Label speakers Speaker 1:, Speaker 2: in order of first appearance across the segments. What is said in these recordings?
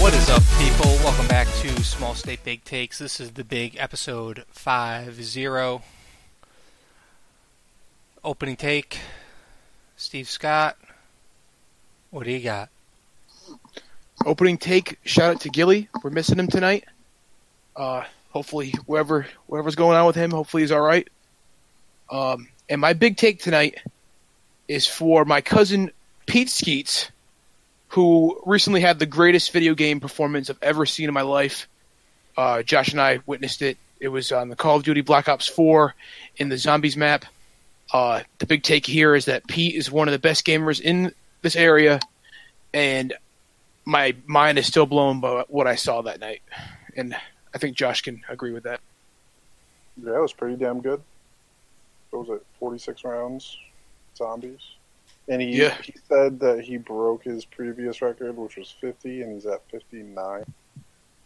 Speaker 1: What is up, people? Welcome back to Small State Big Takes. This is the big episode 5-0. Opening take. Steve Scott. What do you got?
Speaker 2: opening take. Shout out to Gilly. We're missing him tonight. Uh, hopefully, whoever whatever's going on with him, hopefully he's all right. Um, and my big take tonight is for my cousin Pete Skeets, who recently had the greatest video game performance I've ever seen in my life. Uh, Josh and I witnessed it. It was on the Call of Duty Black Ops 4 in the Zombies map. Uh, the big take here is that Pete is one of the best gamers in this area, and my mind is still blown by what I saw that night, and I think Josh can agree with that.
Speaker 3: Yeah, it was pretty damn good. What was it? Forty-six rounds, zombies, and he
Speaker 2: Yeah.
Speaker 3: he said that he broke his previous record, which was fifty, and he's at fifty-nine. So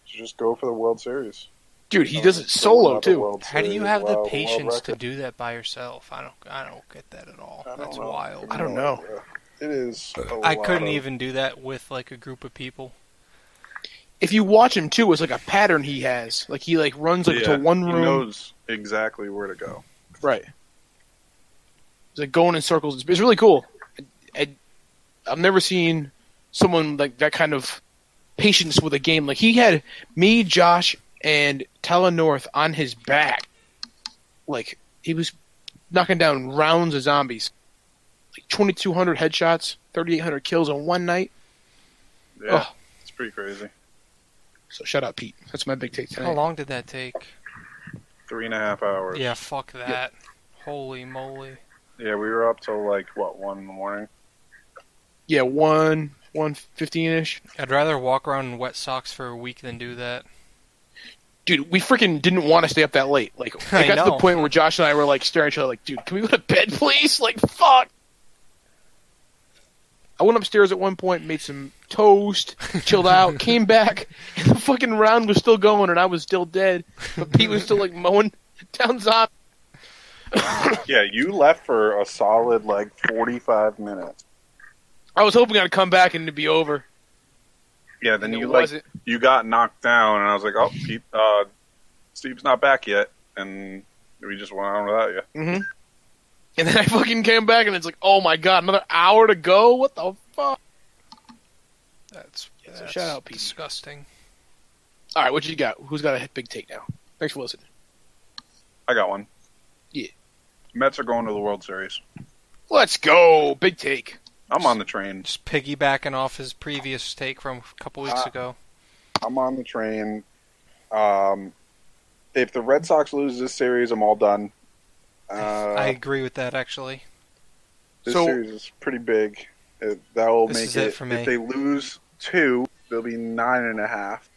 Speaker 3: just go for the World Series.
Speaker 2: Dude, he
Speaker 3: Go
Speaker 2: does it
Speaker 3: for
Speaker 2: solo
Speaker 3: the
Speaker 2: too.
Speaker 3: Oh, World
Speaker 1: How do you
Speaker 3: Series,
Speaker 1: have the
Speaker 3: wow,
Speaker 1: patience
Speaker 3: world
Speaker 1: to
Speaker 3: record.
Speaker 1: do that by yourself? I don't I don't get that at all.
Speaker 3: I don't
Speaker 1: That's
Speaker 3: know.
Speaker 1: wild.
Speaker 2: I don't know.
Speaker 3: It is. a
Speaker 1: I
Speaker 3: lot
Speaker 1: couldn't
Speaker 3: of-
Speaker 1: even do that with like a group of people.
Speaker 2: If you watch him too, it's like a pattern he has. Like he like runs like
Speaker 3: Yeah,
Speaker 2: to one
Speaker 3: He
Speaker 2: room,
Speaker 3: knows exactly where to go.
Speaker 2: right? It's like going in circles. It's, it's really cool. I, I, I've never seen someone like that kind of patience with a game. Like he had me, Josh, and Tala North on his back. Like he was knocking down rounds of zombies, like twenty two hundred headshots, thirty eight hundred kills in one night.
Speaker 3: Yeah,
Speaker 2: Oh.
Speaker 3: it's pretty crazy.
Speaker 2: So shout out Pete. That's my big take
Speaker 1: How
Speaker 2: tonight.
Speaker 1: long did that take?
Speaker 3: Three and a half hours.
Speaker 1: Yeah, fuck that. Holy moly.
Speaker 3: Yeah, we were up till like what one in the morning.
Speaker 2: Yeah, one one fifteen ish.
Speaker 1: I'd rather walk around in wet socks for a week than do that.
Speaker 2: Dude, we freaking didn't want to stay up that late. Like
Speaker 1: I
Speaker 2: it got to
Speaker 1: know.
Speaker 2: the point where Josh and I were like staring at each other, like, "Dude, can we go to bed, please?" Like, fuck. I went upstairs at one point, made some toast, chilled out, came back, and the fucking round was still going, and I was still dead, but Pete was still like mowing down zombies.
Speaker 3: Yeah, you left for a solid like forty-five minutes.
Speaker 2: I was hoping I'd come back and it'd be over.
Speaker 3: Yeah, then
Speaker 2: and
Speaker 3: you
Speaker 2: it
Speaker 3: like
Speaker 2: wasn't.
Speaker 3: you got knocked down, and I was like, "Oh, Pete, uh, Steve's not back yet," and we just went on without you.
Speaker 2: hmm And then I fucking came back, and it's like, oh my god, another hour to go. What the fuck?
Speaker 1: That's,
Speaker 2: Yeah, so
Speaker 1: that's
Speaker 2: shout out, Pete.
Speaker 1: disgusting.
Speaker 2: All right, what you got? Who's got a big take now? Thanks for listening.
Speaker 3: I got one.
Speaker 2: Yeah.
Speaker 3: Mets are going to the World Series.
Speaker 2: Let's go, big take.
Speaker 3: I'm on the train.
Speaker 1: Just piggybacking off his previous take from a couple weeks
Speaker 3: Uh,
Speaker 1: ago.
Speaker 3: I'm on the train. Um, if the Red Sox lose this series, I'm all done. Uh,
Speaker 1: I agree with that actually.
Speaker 3: This
Speaker 2: So-
Speaker 3: series is pretty big. It, that'll
Speaker 1: This
Speaker 3: make
Speaker 1: is
Speaker 3: it.
Speaker 1: it for me.
Speaker 3: If they lose two, they'll be nine and a half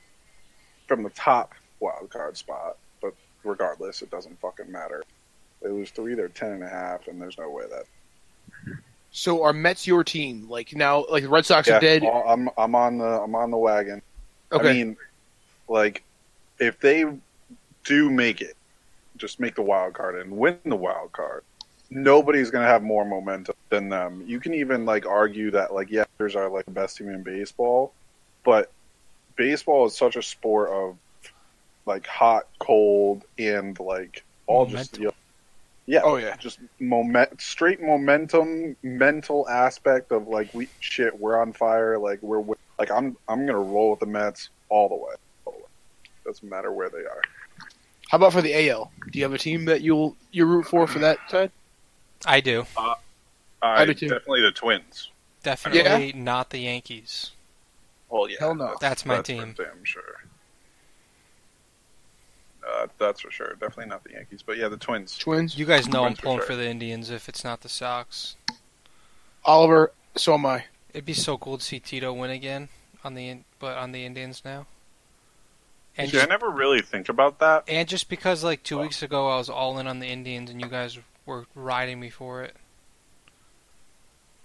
Speaker 3: from the top wild card spot. But regardless, it doesn't fucking matter. They lose three, they're ten and a half, and there's no way that.
Speaker 2: So are Mets your team? Like now, like the Red Sox
Speaker 3: Yeah,
Speaker 2: are dead.
Speaker 3: I'll- I'm I'm on the I'm on the wagon.
Speaker 2: okay,
Speaker 3: I mean, like, if they do make it, just make the wild card and win the wild card. Nobody's going to have more momentum than them. You can even like argue that like yeah, there's are like the best team in baseball, but baseball is such a sport of like hot, cold, and like all just you know, yeah,
Speaker 2: oh yeah,
Speaker 3: just moment straight momentum mental aspect of like we shit we're on fire like we're wi- like I'm I'm gonna roll with the Mets all the way. All the way. Doesn't matter where they are.
Speaker 2: how about for the AL? Do you have a team that you'll you root for for that side?
Speaker 1: I do.
Speaker 3: I,
Speaker 2: do too.
Speaker 3: definitely the Twins.
Speaker 1: Definitely not the Yankees.
Speaker 3: Well, yeah,
Speaker 2: Hell no.
Speaker 1: That's my
Speaker 3: for
Speaker 1: team.
Speaker 3: damn sure. Uh, that's for sure. Definitely not the Yankees, but yeah, the Twins.
Speaker 2: Twins,
Speaker 1: You guys know I'm
Speaker 3: Twins for
Speaker 1: pulling
Speaker 3: sure.
Speaker 1: for the Indians if it's not the Sox.
Speaker 2: Oliver. So am I.
Speaker 1: It'd be so cool to see Tito win again on the In- but on the Indians now. And
Speaker 3: See, I
Speaker 1: just,
Speaker 3: never really think about that.
Speaker 1: and just because like 2
Speaker 3: Wow.
Speaker 1: weeks ago I was all in on the Indians and you guys were riding me for it.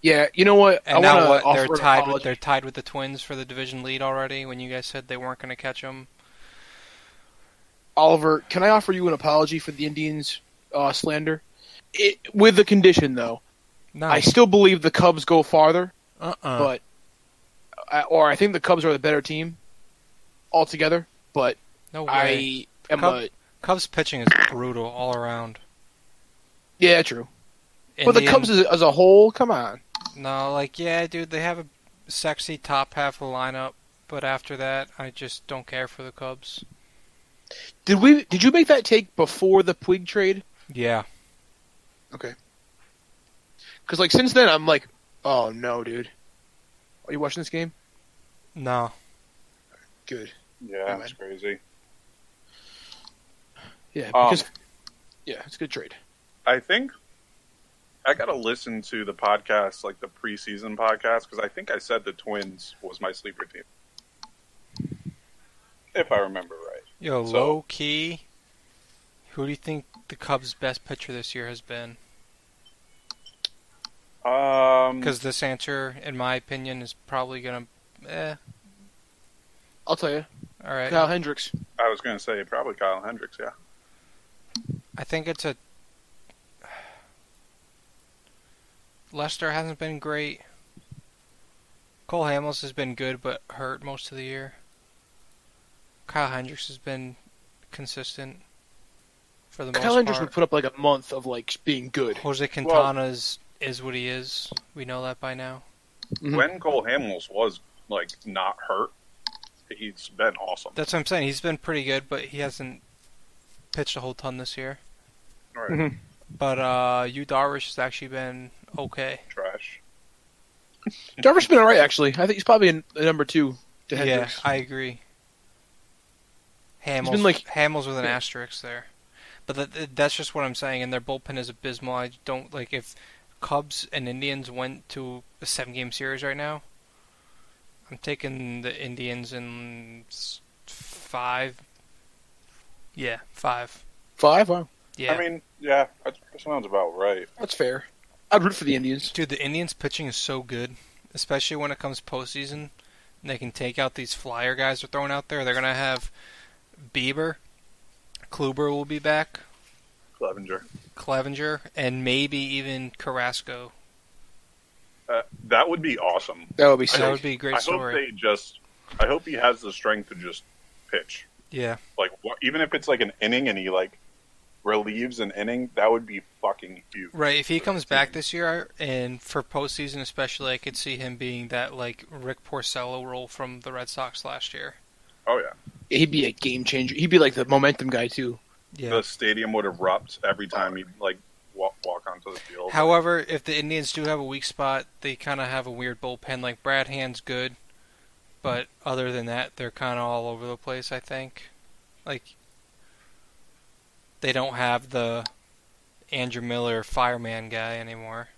Speaker 2: Yeah, you know what?
Speaker 1: And
Speaker 2: I
Speaker 1: now
Speaker 2: want
Speaker 1: what?
Speaker 2: to offer
Speaker 1: They're
Speaker 2: an
Speaker 1: tied. With,
Speaker 2: apology.
Speaker 1: they're tied with the Twins for the division lead already. When you guys said they weren't going to catch them,
Speaker 2: Oliver, can I offer you an apology for the Indians uh, slander? It, with the condition, though,
Speaker 1: No.
Speaker 2: I still believe the Cubs go farther,
Speaker 1: Uh-uh.
Speaker 2: but I, or I think the Cubs are the better team altogether. But
Speaker 1: no way.
Speaker 2: I am
Speaker 1: Cub-
Speaker 2: a
Speaker 1: Cubs pitching is brutal all around.
Speaker 2: yeah, true. but the
Speaker 1: Indian-
Speaker 2: Cubs as, as a whole, come on,
Speaker 1: No, like yeah, dude, they have a sexy top half of the lineup, but after that, I just don't care for the Cubs.
Speaker 2: did we? Did you make that take before the Puig trade?
Speaker 1: Yeah.
Speaker 2: Because like since then, I'm like, oh no, dude. Are you watching this game?
Speaker 1: No.
Speaker 2: Good.
Speaker 3: Yeah, that's crazy.
Speaker 2: Yeah,
Speaker 3: Um,
Speaker 2: because yeah, it's a good trade.
Speaker 3: I think I got to listen to the podcast, like the preseason podcast, because I think I said the Twins was my sleeper team, if I remember right.
Speaker 1: Yo,
Speaker 3: So-
Speaker 1: low key. Who do you think the Cubs' best pitcher this year has been?
Speaker 3: Um,
Speaker 1: Because this answer, in my opinion, is probably gonna. Eh.
Speaker 2: I'll tell you,
Speaker 1: All right.
Speaker 2: Kyle Hendricks.
Speaker 3: I was going to say probably Kyle Hendricks. Yeah,
Speaker 1: I think it's a. Lester hasn't been great. Cole Hamels has been good but hurt most of the year. Kyle Hendricks has been consistent for the
Speaker 2: Kyle
Speaker 1: most
Speaker 2: Hendricks would
Speaker 1: part.
Speaker 2: put up like a month of like being good.
Speaker 1: Jose Quintana is, is what he is. We know that by now. Mm-hmm.
Speaker 2: Mhm.
Speaker 3: when Cole Hamels was like not hurt, he's been awesome.
Speaker 1: That's what I'm saying. He's been pretty good, but he hasn't pitched a whole ton this year. Mm-hmm.
Speaker 3: Right,
Speaker 2: Mhm.
Speaker 1: But uh, Yu Darvish has actually been okay.
Speaker 3: trash.
Speaker 2: Darvish has been all right actually. I think he's probably in the number two to
Speaker 1: Yeah,
Speaker 2: Hendricks.
Speaker 1: I agree. Hamels,
Speaker 2: been like-
Speaker 1: Hamels with an
Speaker 2: Yeah.
Speaker 1: asterisk there, but that, that- that's just what I'm saying. And their bullpen is abysmal. I don't like if Cubs and Indians went to a seven-game series right now. I'm taking the Indians in s- five. Yeah, five.
Speaker 2: Five. Wow,
Speaker 1: Yeah,
Speaker 3: I mean, yeah, that sounds about right.
Speaker 2: that's fair. I'd root for the Indians.
Speaker 1: dude, the Indians pitching is so good, especially when it comes postseason. And they can take out these flyer guys they're throwing out there. They're gonna have Bieber, Kluber will be back.
Speaker 3: Clevenger.
Speaker 1: Clevenger, and maybe even Carrasco.
Speaker 3: Uh, that would be awesome.
Speaker 2: That would be
Speaker 1: So that
Speaker 2: sick.
Speaker 1: would be a great
Speaker 3: I
Speaker 1: story.
Speaker 3: hope they just. I hope he has the strength to just pitch.
Speaker 1: Yeah.
Speaker 3: Like wha- even if it's like an inning and he like relieves an inning, that would be fucking huge.
Speaker 1: Right. If he comes back this year, and for postseason especially, I could see him being that like Rick Porcello role from the Red Sox last year.
Speaker 3: Oh yeah,
Speaker 2: He'd be a game changer. He'd be like the momentum guy too.
Speaker 1: Yeah.
Speaker 3: the stadium would erupt every time he like walk, walk onto the field.
Speaker 1: However, if the Indians do have a weak spot, they kind of have a weird bullpen. Like Brad Hand's good, but other than that, they're kind of all over the place. I think, like, they don't have the Andrew Miller fireman guy anymore.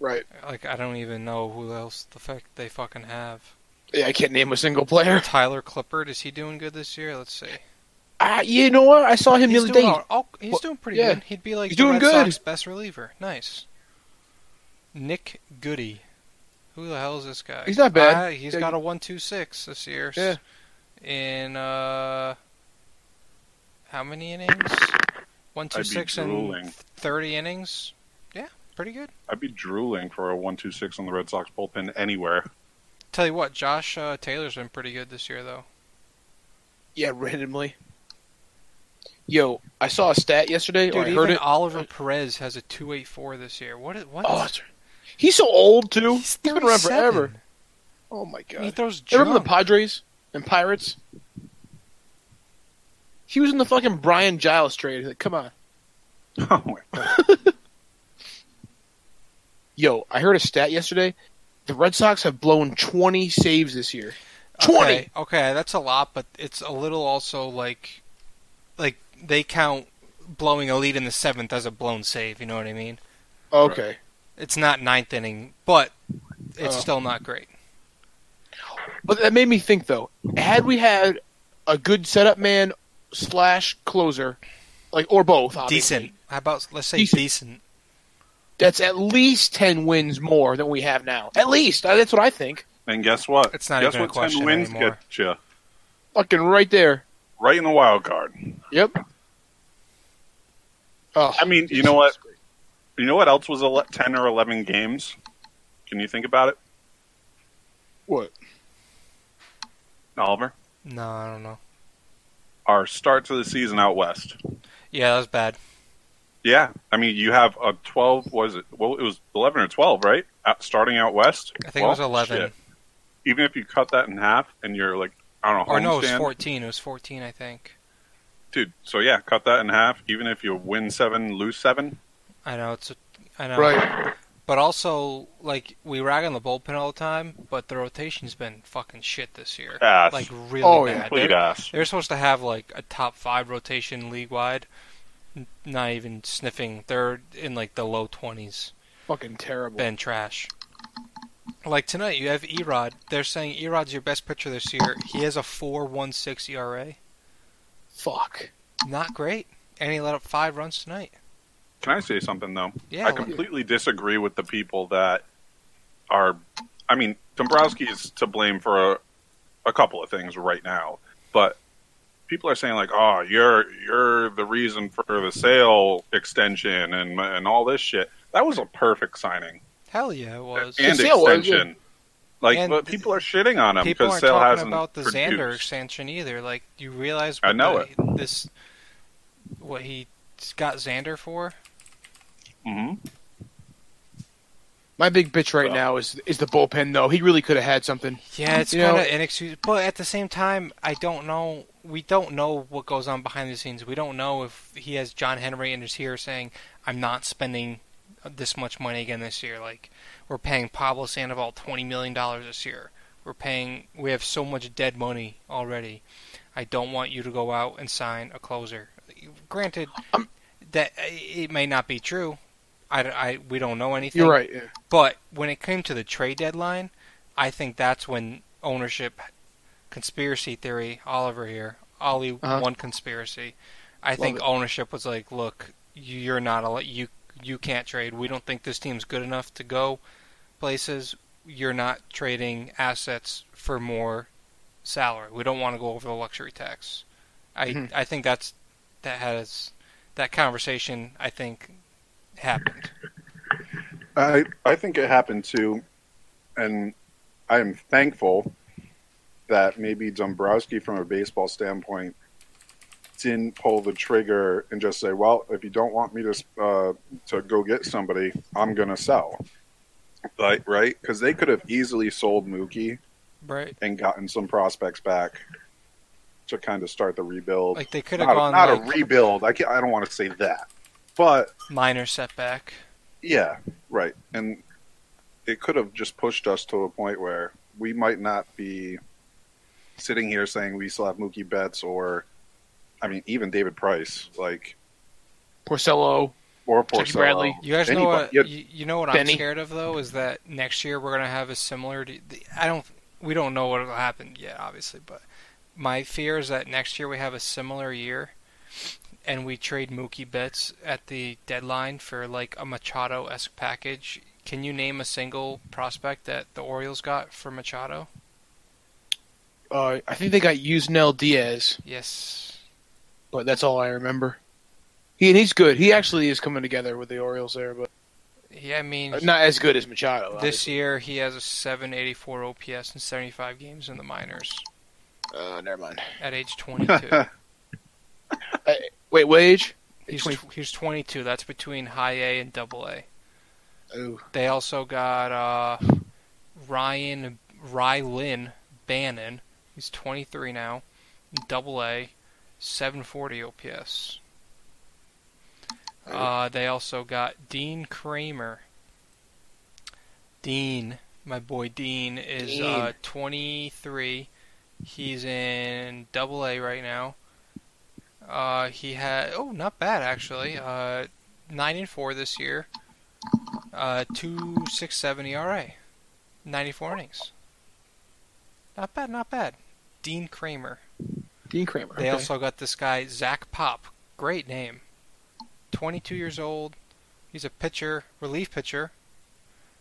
Speaker 2: Right.
Speaker 1: Like I don't even know who else the fuck they fucking have.
Speaker 2: Yeah, I can't name a single player.
Speaker 1: Tyler Clippard is he doing good this year? Let's see.
Speaker 2: Ah, you know what? I saw him
Speaker 1: He's
Speaker 2: the other
Speaker 1: doing
Speaker 2: day.
Speaker 1: all- oh, he's
Speaker 2: Well,
Speaker 1: doing pretty
Speaker 2: yeah.
Speaker 1: good. He'd be like
Speaker 2: He's
Speaker 1: the
Speaker 2: doing
Speaker 1: Red
Speaker 2: good.
Speaker 1: Sox best reliever. Nice. Nick Goody. Who the hell is this guy?
Speaker 2: He's not bad.
Speaker 1: Ah, he's
Speaker 2: Yeah.
Speaker 1: got a one two six this year.
Speaker 2: Yeah.
Speaker 1: In uh, how many innings? One two
Speaker 3: I'd be
Speaker 1: six
Speaker 3: drooling.
Speaker 1: and thirty innings. Yeah, pretty good.
Speaker 3: I'd be drooling for a one-two-six on the Red Sox bullpen anywhere.
Speaker 1: Tell you what, Josh uh, Taylor's been pretty good this year though.
Speaker 2: Yeah, randomly. Yo, I saw a stat yesterday.
Speaker 1: Dude,
Speaker 2: or I
Speaker 1: even
Speaker 2: heard it.
Speaker 1: Oliver Perez has a 284 this year. What? Is, what?
Speaker 2: Oh, that's right. he's so old too.
Speaker 1: He's
Speaker 2: he's been around
Speaker 1: 37.
Speaker 2: forever. Oh my
Speaker 1: He
Speaker 2: god!
Speaker 1: throws
Speaker 2: They Remember the
Speaker 1: junk.
Speaker 2: Padres and Pirates? He was in the fucking Brian Giles trade. Like, come on,
Speaker 3: oh my god,
Speaker 2: yo! I heard a stat yesterday. The Red Sox have blown twenty saves this year. Twenty.
Speaker 1: Okay, okay, that's a lot, but it's a little also like, like they count blowing a lead in the seventh as a blown save. You know what I mean?
Speaker 2: Okay.
Speaker 1: It's not ninth inning, but it's
Speaker 2: Oh.
Speaker 1: still not great.
Speaker 2: But that made me think though. Had we had a good setup man slash closer, like or both, obviously,
Speaker 1: Decent. How about let's say
Speaker 2: Decent.
Speaker 1: decent?
Speaker 2: That's at least ten wins more than we have now. At least Uh, that's what I think.
Speaker 3: and guess what?
Speaker 1: It's not
Speaker 3: guess
Speaker 1: even a
Speaker 3: what?
Speaker 1: question
Speaker 3: Ten wins
Speaker 1: anymore.
Speaker 3: get you
Speaker 2: Fucking right there.
Speaker 3: right in the wild card.
Speaker 2: Yep. Oh,
Speaker 3: I mean, you know what? You know what else was ele- ten or eleven games? Can you think about it,
Speaker 2: What?
Speaker 3: Oliver?
Speaker 1: No, I don't know.
Speaker 3: Our start to the season out west.
Speaker 1: Yeah, that was bad.
Speaker 3: Yeah, I mean, you have a twelve. Was it? Well, it was eleven or twelve, right? Out, starting out west.
Speaker 1: I think
Speaker 3: Well,
Speaker 1: it was 11.
Speaker 3: shit. Even if you cut that in half, and you're like, I don't know,
Speaker 1: Or no, it was
Speaker 3: homestand-
Speaker 1: 14. It was 14, I think.
Speaker 3: dude. So yeah, cut that in half. Even if you win seven, lose seven.
Speaker 1: I know it's a, I know.
Speaker 2: Right.
Speaker 1: But also, like we rag on the bullpen all the time, but the rotation's been fucking shit this year.
Speaker 3: Ass.
Speaker 1: Like really
Speaker 2: Oh, yeah.
Speaker 1: bad.
Speaker 3: Complete
Speaker 1: They're,
Speaker 3: ass.
Speaker 1: they're supposed to have like a top five rotation league wide. Not even sniffing. They're in like the low twenties.
Speaker 2: Fucking terrible.
Speaker 1: been trash. Like tonight, you have Erod. They're saying Erod's your best pitcher this year. He has a 4.16 ERA.
Speaker 2: Fuck.
Speaker 1: E Not great. And he let up five runs tonight.
Speaker 3: Can I say something though?
Speaker 1: Yeah.
Speaker 2: Oh,
Speaker 3: I
Speaker 1: like-
Speaker 3: completely disagree with the people that are. I mean, Dombrowski is to blame for a, a couple of things right now, but people are saying like, "Oh, you're you're the reason for the sale extension and and all this shit." That was a perfect signing
Speaker 1: hell yeah, it was.
Speaker 3: and
Speaker 2: The Sale was,
Speaker 3: extension. Like,
Speaker 1: And
Speaker 3: but people are shitting on him
Speaker 1: People
Speaker 3: because
Speaker 1: aren't
Speaker 3: Sale
Speaker 1: talking
Speaker 3: hasn't
Speaker 1: about the
Speaker 3: produced.
Speaker 1: Xander extension either. Like, you realize
Speaker 3: I
Speaker 1: what
Speaker 3: know
Speaker 1: the- this what he got Xander for?
Speaker 3: Mhm.
Speaker 2: My big bitch right
Speaker 3: So.
Speaker 2: now is is the bullpen though. He really could have had something.
Speaker 1: Yeah, it's
Speaker 2: You know-
Speaker 1: kind of inexcusable. But at the same time, I don't know. We don't know what goes on behind the scenes. We don't know if he has John Henry and is here saying, "I'm not spending this much money again this year." Like we're paying Pablo Sandoval twenty million dollars this year. We're paying. We have so much dead money already. I don't want you to go out and sign a closer. Granted,
Speaker 2: Um,
Speaker 1: that uh, it may not be true. I, I we don't know anything.
Speaker 2: You're right. yeah.
Speaker 1: But when it came to the trade deadline, I think that's when ownership conspiracy theory Oliver here, Ollie
Speaker 2: Uh-huh.
Speaker 1: one conspiracy. I think
Speaker 2: it.
Speaker 1: ownership was like, look, you're not a you you can't trade. We don't think this team's good enough to go places. You're not trading assets for more salary. We don't want to go over the luxury tax. I
Speaker 2: Mhm.
Speaker 1: I think that's that has that conversation I think happened.
Speaker 3: I I think it happened too, and I am thankful that maybe Dombrowski, from a baseball standpoint, didn't pull the trigger and just say, "Well, if you don't want me to uh, to go get somebody, I'm gonna sell." Like right, because they could have easily sold Mookie
Speaker 1: Right.
Speaker 3: and gotten some prospects back to kind of start the rebuild.
Speaker 1: Like they could have
Speaker 3: not
Speaker 1: gone
Speaker 3: not
Speaker 1: like,
Speaker 3: a rebuild. I can't, I don't want to say that, but
Speaker 1: minor setback.
Speaker 3: Yeah, right. And it could have just pushed us to a point where we might not be sitting here saying we still have Mookie Betts or, I mean, even David Price, like
Speaker 2: Porcello.
Speaker 3: or
Speaker 2: Jackie
Speaker 3: Porcello.
Speaker 2: Bradley.
Speaker 1: You guys know
Speaker 3: Anybody-
Speaker 1: what?
Speaker 3: yeah,
Speaker 1: You, you know what
Speaker 2: Benny.
Speaker 1: I'm scared of though is that next year we're gonna have a similar. d- the- I don't. We don't know what will happen yet, obviously, but my fear is that next year we have a similar year, and we trade Mookie Betts at the deadline for like a Machado esque package. Can you name a single prospect that the Orioles got for Machado?
Speaker 2: Uh, I think they got Usnel Diaz,
Speaker 1: Yes.
Speaker 2: but that's all I remember. He and he's good. He actually is coming together with the Orioles there, but
Speaker 1: Yeah, I
Speaker 3: Uh,
Speaker 1: mean,
Speaker 2: not as good as Machado.
Speaker 1: this year he has a 784 OPS in 75 games in the minors
Speaker 2: obviously. uh, never mind.
Speaker 1: at age 22.
Speaker 2: Wait, wage?
Speaker 1: He's,
Speaker 2: 20
Speaker 1: tw- he's 22. That's between high A and double A.
Speaker 2: Oh,
Speaker 1: They also got uh, Ryan Rylin Bannon. He's 23 now. Double A, 740 OPS. Uh, they also got Dean Kramer. Dean, my boy Dean, is Uh,
Speaker 2: Dean.
Speaker 1: 23. He's in Double A right now. Uh, he had oh, not bad actually. Uh, nine and four this year. Uh, two six seven E ERA, 94 innings. Not bad, not bad. Dean Kramer.
Speaker 2: Dean Kramer.
Speaker 1: They also got this guy, Zach Pop. Great name. 22 years old. He's a pitcher, relief pitcher.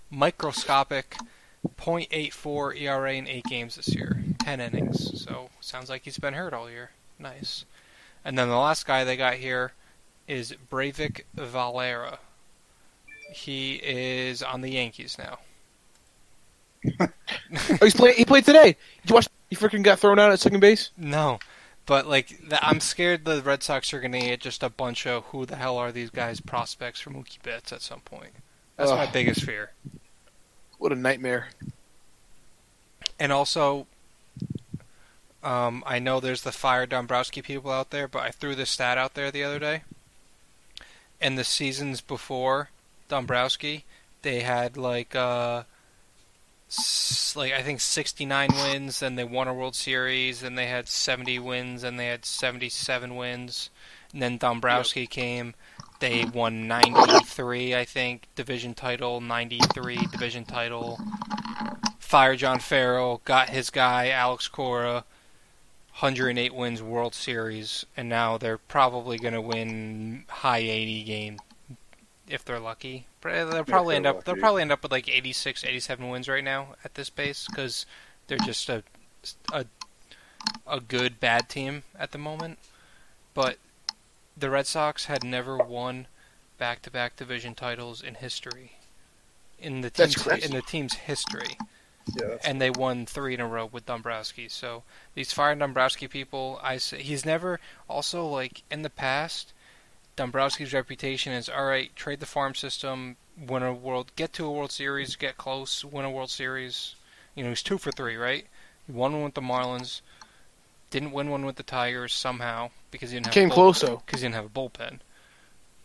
Speaker 1: Microscopic. E 0.84 ERA in eight games this year. 10 innings. So, sounds like he's been hurt all year. Nice. And then the last guy they got here is Breivik Valera. He is on the Yankees now.
Speaker 2: Oh, he's play, he played today. Did you watch? He freaking got thrown out at second base.
Speaker 1: No, but like th I'm scared the Red Sox are going to get just a bunch of who the hell are these guys prospects for Mookie Betts at some point. That's my
Speaker 2: Ugh.
Speaker 1: biggest fear.
Speaker 2: What a nightmare.
Speaker 1: And also, um, I know there's the fire Dombrowski people out there, but I threw this stat out there the other day. And the seasons before Dombrowski, they had like uh, s- like I think 69 wins, and they won a World Series, and they had 70 wins, and they had 77 wins, and then Dombrowski came. They won 93, I think, division title, 93 division title fire John Farrell, got his guy Alex Cora, 108 wins World Series, and now they're probably going to win high 80 game if they're lucky. But They'll probably
Speaker 3: they're
Speaker 1: end up they'll
Speaker 3: lucky.
Speaker 1: probably end up with like 86, 87 wins right now at this pace because they're just a a a good bad team at the moment. But the Red Sox had never won back-to-back division titles in history. In the
Speaker 2: That's
Speaker 1: team's,
Speaker 2: crazy.
Speaker 1: in the team's history
Speaker 3: Yeah, that's,
Speaker 1: and they won three in a row with Dombrowski. So these fire Dombrowski people, I say, he's never also like in the past. Dombrowski's reputation is all right. Trade the farm system, win a world, get to a World Series, get close, win a World Series. You know he's two for three, right? He won one with the Marlins, didn't win one with the Tigers somehow because he didn't have a
Speaker 2: Came
Speaker 1: bull-
Speaker 2: close though.
Speaker 1: because he didn't have a bullpen.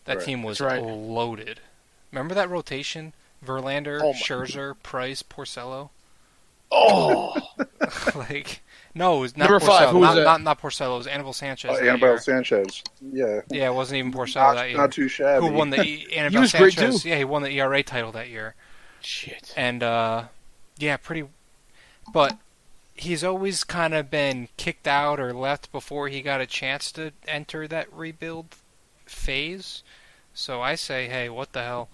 Speaker 1: That
Speaker 3: Right.
Speaker 1: team was
Speaker 2: That's right.
Speaker 1: loaded. Remember that rotation? Verlander,
Speaker 2: Oh my-
Speaker 1: Scherzer, Price, Porcello.
Speaker 2: Oh,
Speaker 1: like no, it was not
Speaker 2: Number
Speaker 1: Porcello.
Speaker 2: five, who was
Speaker 1: not,
Speaker 2: that?
Speaker 1: not not Porcello. It was Anibal Sanchez.
Speaker 3: uh,
Speaker 1: that
Speaker 3: Annabelle
Speaker 1: year.
Speaker 3: Sanchez. Yeah,
Speaker 1: Yeah, it wasn't even Porcello
Speaker 3: not,
Speaker 1: that year.
Speaker 3: not too shabby.
Speaker 1: who won the e- Anibal
Speaker 2: was great,
Speaker 1: Sanchez?
Speaker 2: too.
Speaker 1: Yeah, he won the ERA title that year,
Speaker 2: shit.
Speaker 1: and uh, yeah, pretty. But he's always kind of been kicked out or left before he got a chance to enter that rebuild phase. So I say, hey, what the hell?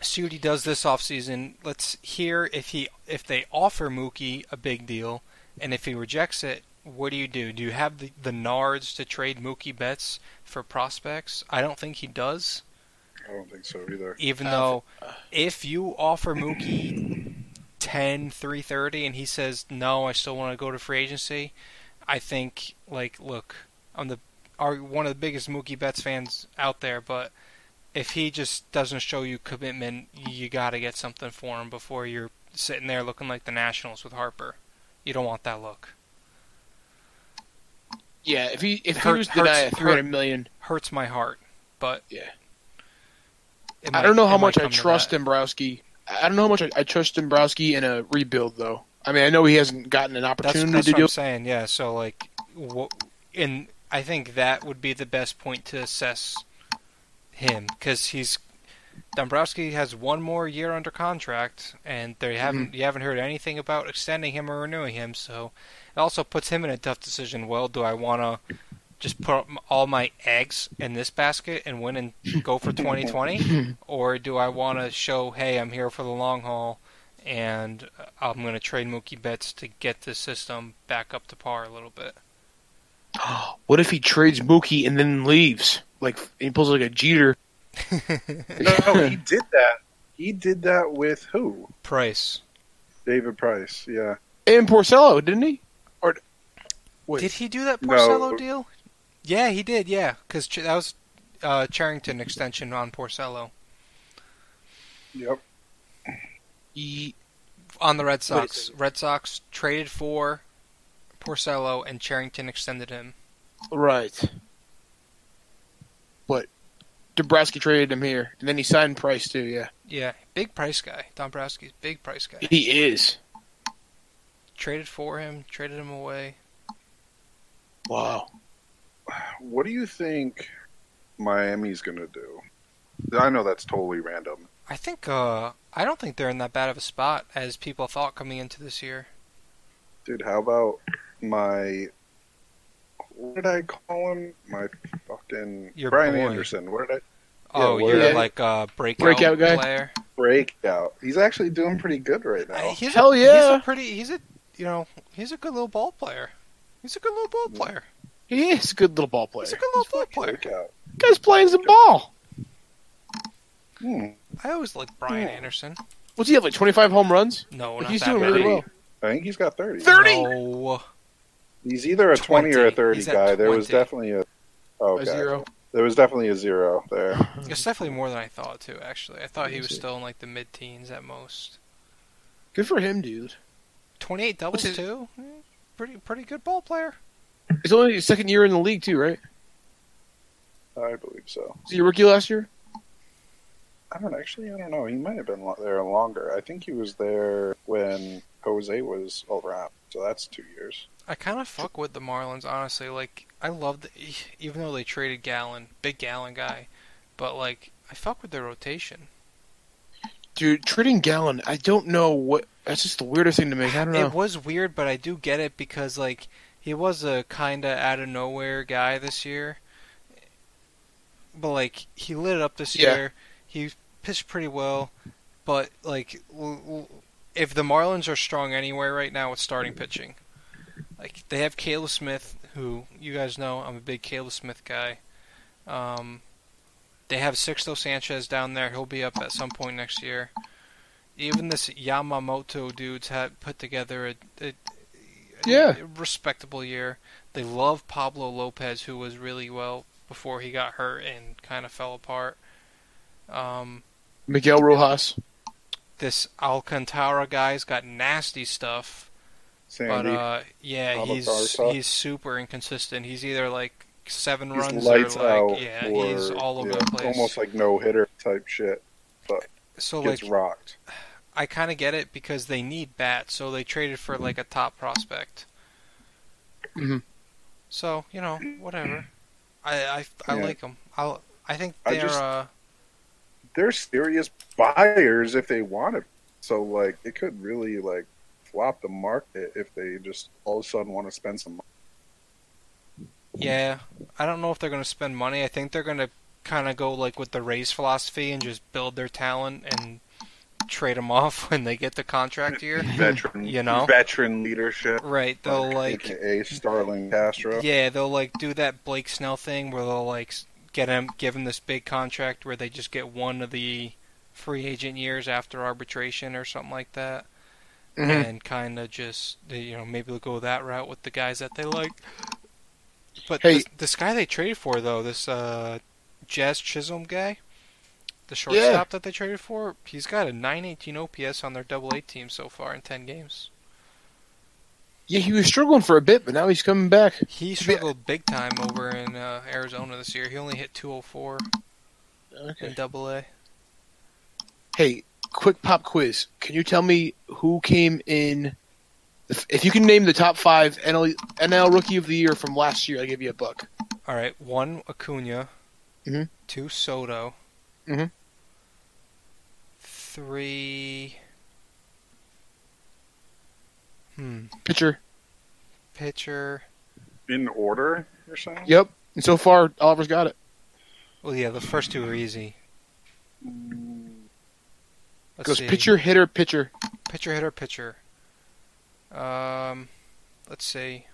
Speaker 1: See what he does this offseason. Let's hear if he if they offer Mookie a big deal, and if he rejects it, what do you do? Do you have the, the Nards to trade Mookie Betts for prospects? I don't think he does
Speaker 3: I don't think so either.
Speaker 1: even
Speaker 2: Uh,
Speaker 1: though if you offer Mookie 10 330 and he says no I still want to go to free agency I think like look I'm the are one of the biggest Mookie Betts fans out there but if he just doesn't show you commitment you got to get something for him before you're sitting there looking like the Nationals with Harper you don't want that look
Speaker 2: Yeah, if he if he
Speaker 1: Hurt-
Speaker 2: was
Speaker 1: hurts-
Speaker 2: denied
Speaker 1: hurt-
Speaker 2: three hundred million,
Speaker 1: hurts my heart but
Speaker 2: Yeah.
Speaker 1: It
Speaker 2: I
Speaker 1: might-
Speaker 2: don't know how
Speaker 1: it might
Speaker 2: much I
Speaker 1: come to
Speaker 2: trust
Speaker 1: that.
Speaker 2: Dombrowski. I I don't know how much I, I trust Dombrowski in a rebuild though. I mean, I know he hasn't gotten an
Speaker 1: That's,
Speaker 2: opportunity
Speaker 1: that's
Speaker 2: to
Speaker 1: what
Speaker 2: do.
Speaker 1: I'm saying. Yeah. So like, wha- and I think that would be the best point to assess him because he's Dombrowski has one more year under contract, and
Speaker 2: Mm-hmm.
Speaker 1: they haven't you haven't heard anything about extending him or renewing him. So it also puts him in a tough decision. Well, do I want to just put up m- all my eggs in this basket and win and go for 2020, or do I want to show, hey, I'm here for the long haul, and uh, I'm going to trade Mookie Betts to get this system back up to par a little bit?
Speaker 2: What if he trades Mookie and then leaves? Like he pulls like a Jeter.
Speaker 3: no, he did that. He did that with who?
Speaker 1: Price.
Speaker 3: David Price. Yeah.
Speaker 2: And Porcello, didn't he? Or wait,
Speaker 1: Did he do that
Speaker 3: No.
Speaker 1: Porcello deal? Yeah, he did. Yeah, because Ch- that was uh, Charrington extension on Porcello
Speaker 3: Yep.
Speaker 2: he?
Speaker 1: on the Red Sox. Red Sox traded for Porcello, and Charrington extended him.
Speaker 2: Right. But Dombrowski traded him here, and then he signed Price too. Yeah,
Speaker 1: Yeah, big price guy. Dombrowski's big price guy.
Speaker 2: he is.
Speaker 1: Traded for him, traded him away.
Speaker 2: Wow.
Speaker 3: What do you think Miami's going to do? I know that's totally random.
Speaker 1: I think uh I don't think they're in that bad of a spot as people thought coming into this year.
Speaker 3: Dude, how about my. What did I call him? My fucking.
Speaker 1: Your
Speaker 3: Brian
Speaker 1: boy.
Speaker 3: Anderson. What did I.
Speaker 1: oh,
Speaker 3: what
Speaker 1: you're
Speaker 2: did I-
Speaker 1: like a breakout,
Speaker 2: Breakout guy?
Speaker 1: player.
Speaker 3: Breakout. He's actually doing pretty good right
Speaker 1: I-
Speaker 3: now.
Speaker 1: he's
Speaker 2: Hell
Speaker 1: a, He's
Speaker 2: yeah.
Speaker 1: a pretty. He's a you know he's a good little ball player. He's a good little ball player.
Speaker 2: He's a good little ball player.
Speaker 1: He's a good little ball player.
Speaker 3: Look out.
Speaker 2: Guy's playing some ball.
Speaker 3: Hmm.
Speaker 1: I always liked Brian
Speaker 3: Yeah.
Speaker 1: Anderson.
Speaker 2: What's he have like twenty five home runs?
Speaker 1: No,
Speaker 2: Like,
Speaker 1: not
Speaker 2: he's
Speaker 1: that
Speaker 2: doing
Speaker 1: many.
Speaker 2: really well.
Speaker 3: I think he's got 30.
Speaker 2: 30?
Speaker 1: No.
Speaker 3: He's either a 20, or a
Speaker 1: 20.
Speaker 3: 30
Speaker 1: He's at
Speaker 3: guy. There was
Speaker 1: 20.
Speaker 3: definitely a, okay.
Speaker 2: A zero.
Speaker 3: There was definitely a zero there.
Speaker 1: It's definitely more than I thought too. Actually, I thought he was
Speaker 2: Easy.
Speaker 1: still in like the mid-teens at most.
Speaker 2: Good for him, dude.
Speaker 1: Twenty-eight doubles
Speaker 2: What's his-
Speaker 1: too. Mm, Pretty, pretty good ball player.
Speaker 2: It's only his second year in the league too, right?
Speaker 3: I believe so.
Speaker 2: Was he a rookie last year?
Speaker 3: I don't actually. I don't know. He might have been lo- there longer. I think he was there when Jose was around. So that's two years.
Speaker 1: I kind of fuck with the Marlins, honestly. Like, I love the, even though they traded Gallon, big Gallon guy, but like, I fuck with their rotation.
Speaker 2: Dude, trading Gallon, I don't know what. That's just the weirdest thing to me. I don't know.
Speaker 1: It was weird, but I do get it because like he was a kinda out of nowhere guy this year. But like he lit it up this
Speaker 2: Yeah.
Speaker 1: year. He pitched pretty well, but like l- l- if the Marlins are strong anywhere right now, it's starting pitching. Like they have Caleb Smith, who you guys know I'm a big Caleb Smith guy. Um, they have Sixto Sanchez down there. He'll be up at some point next year. Even this Yamamoto dude's had put together a, a, a-
Speaker 2: Yeah.
Speaker 1: a respectable year. They love Pablo Lopez, who was really well before he got hurt and kind of fell apart. Um,
Speaker 2: Miguel Rojas.
Speaker 1: this Alcantara guy's got nasty stuff,
Speaker 3: Sandy.
Speaker 1: but uh, yeah,
Speaker 3: Alcantara
Speaker 1: he's
Speaker 3: stuff.
Speaker 1: he's super inconsistent. He's either like seven
Speaker 3: he's
Speaker 1: runs
Speaker 3: lights
Speaker 1: or like
Speaker 3: out.
Speaker 1: yeah,
Speaker 3: or,
Speaker 1: he's all over
Speaker 3: yeah,
Speaker 1: the place.
Speaker 3: Almost like no hitter type shit.
Speaker 1: so like
Speaker 3: Gets rocked.
Speaker 1: I kind of get it because they need bats, so they traded for like a top prospect.
Speaker 2: Mhm.
Speaker 1: So you know, whatever. I I, I
Speaker 3: Yeah.
Speaker 1: like them. I I think
Speaker 3: I
Speaker 1: they're
Speaker 3: just-
Speaker 1: uh,
Speaker 3: They're serious buyers if they want it. So like it could really like flop the market if they just all of a sudden want to spend some. money.
Speaker 1: yeah. I don't know if they're gonna spend money. I think they're gonna kind of go like with the Rays philosophy and just build their talent and trade them off when they get the contract year.
Speaker 3: Veteran,
Speaker 1: You know?
Speaker 3: veteran leadership.
Speaker 1: Right? They'll like
Speaker 3: AKA Starling Castro.
Speaker 1: Yeah, they'll like do that Blake Snell thing where they'll like s- get him give him this big contract where they just get one of the free agent years after arbitration or something like that,
Speaker 2: Mhm.
Speaker 1: and kind of just they- you know maybe they'll go that route with the guys that they like. But
Speaker 2: Hey.
Speaker 1: this, this guy they traded for though, this uh, Jazz Chisholm guy, the shortstop that they traded for, he's got a 918 OPS on their Double A team so far in 10 games.
Speaker 2: Yeah, he was struggling for a bit, but now he's coming back.
Speaker 1: He struggled big time over in uh, Arizona this year. He only hit 204 in Double A.
Speaker 2: Hey, quick pop quiz. Can you tell me who came in? If, if you can name the top five NL, NL Rookie of the Year from last year, I'll give you a buck.
Speaker 1: All right, one Acuna,
Speaker 2: Mhm.
Speaker 1: two Soto,
Speaker 2: Mhm.
Speaker 1: three. Hmm.
Speaker 2: Pitcher.
Speaker 1: Pitcher.
Speaker 3: In order, you're saying?
Speaker 2: Yep. And so far, Oliver's got it.
Speaker 1: Well, yeah, the first two are easy.
Speaker 3: Mm,
Speaker 1: Let's
Speaker 2: Goes
Speaker 1: see.
Speaker 2: pitcher, hitter, pitcher.
Speaker 1: Pitcher hitter pitcher. Um, let's see.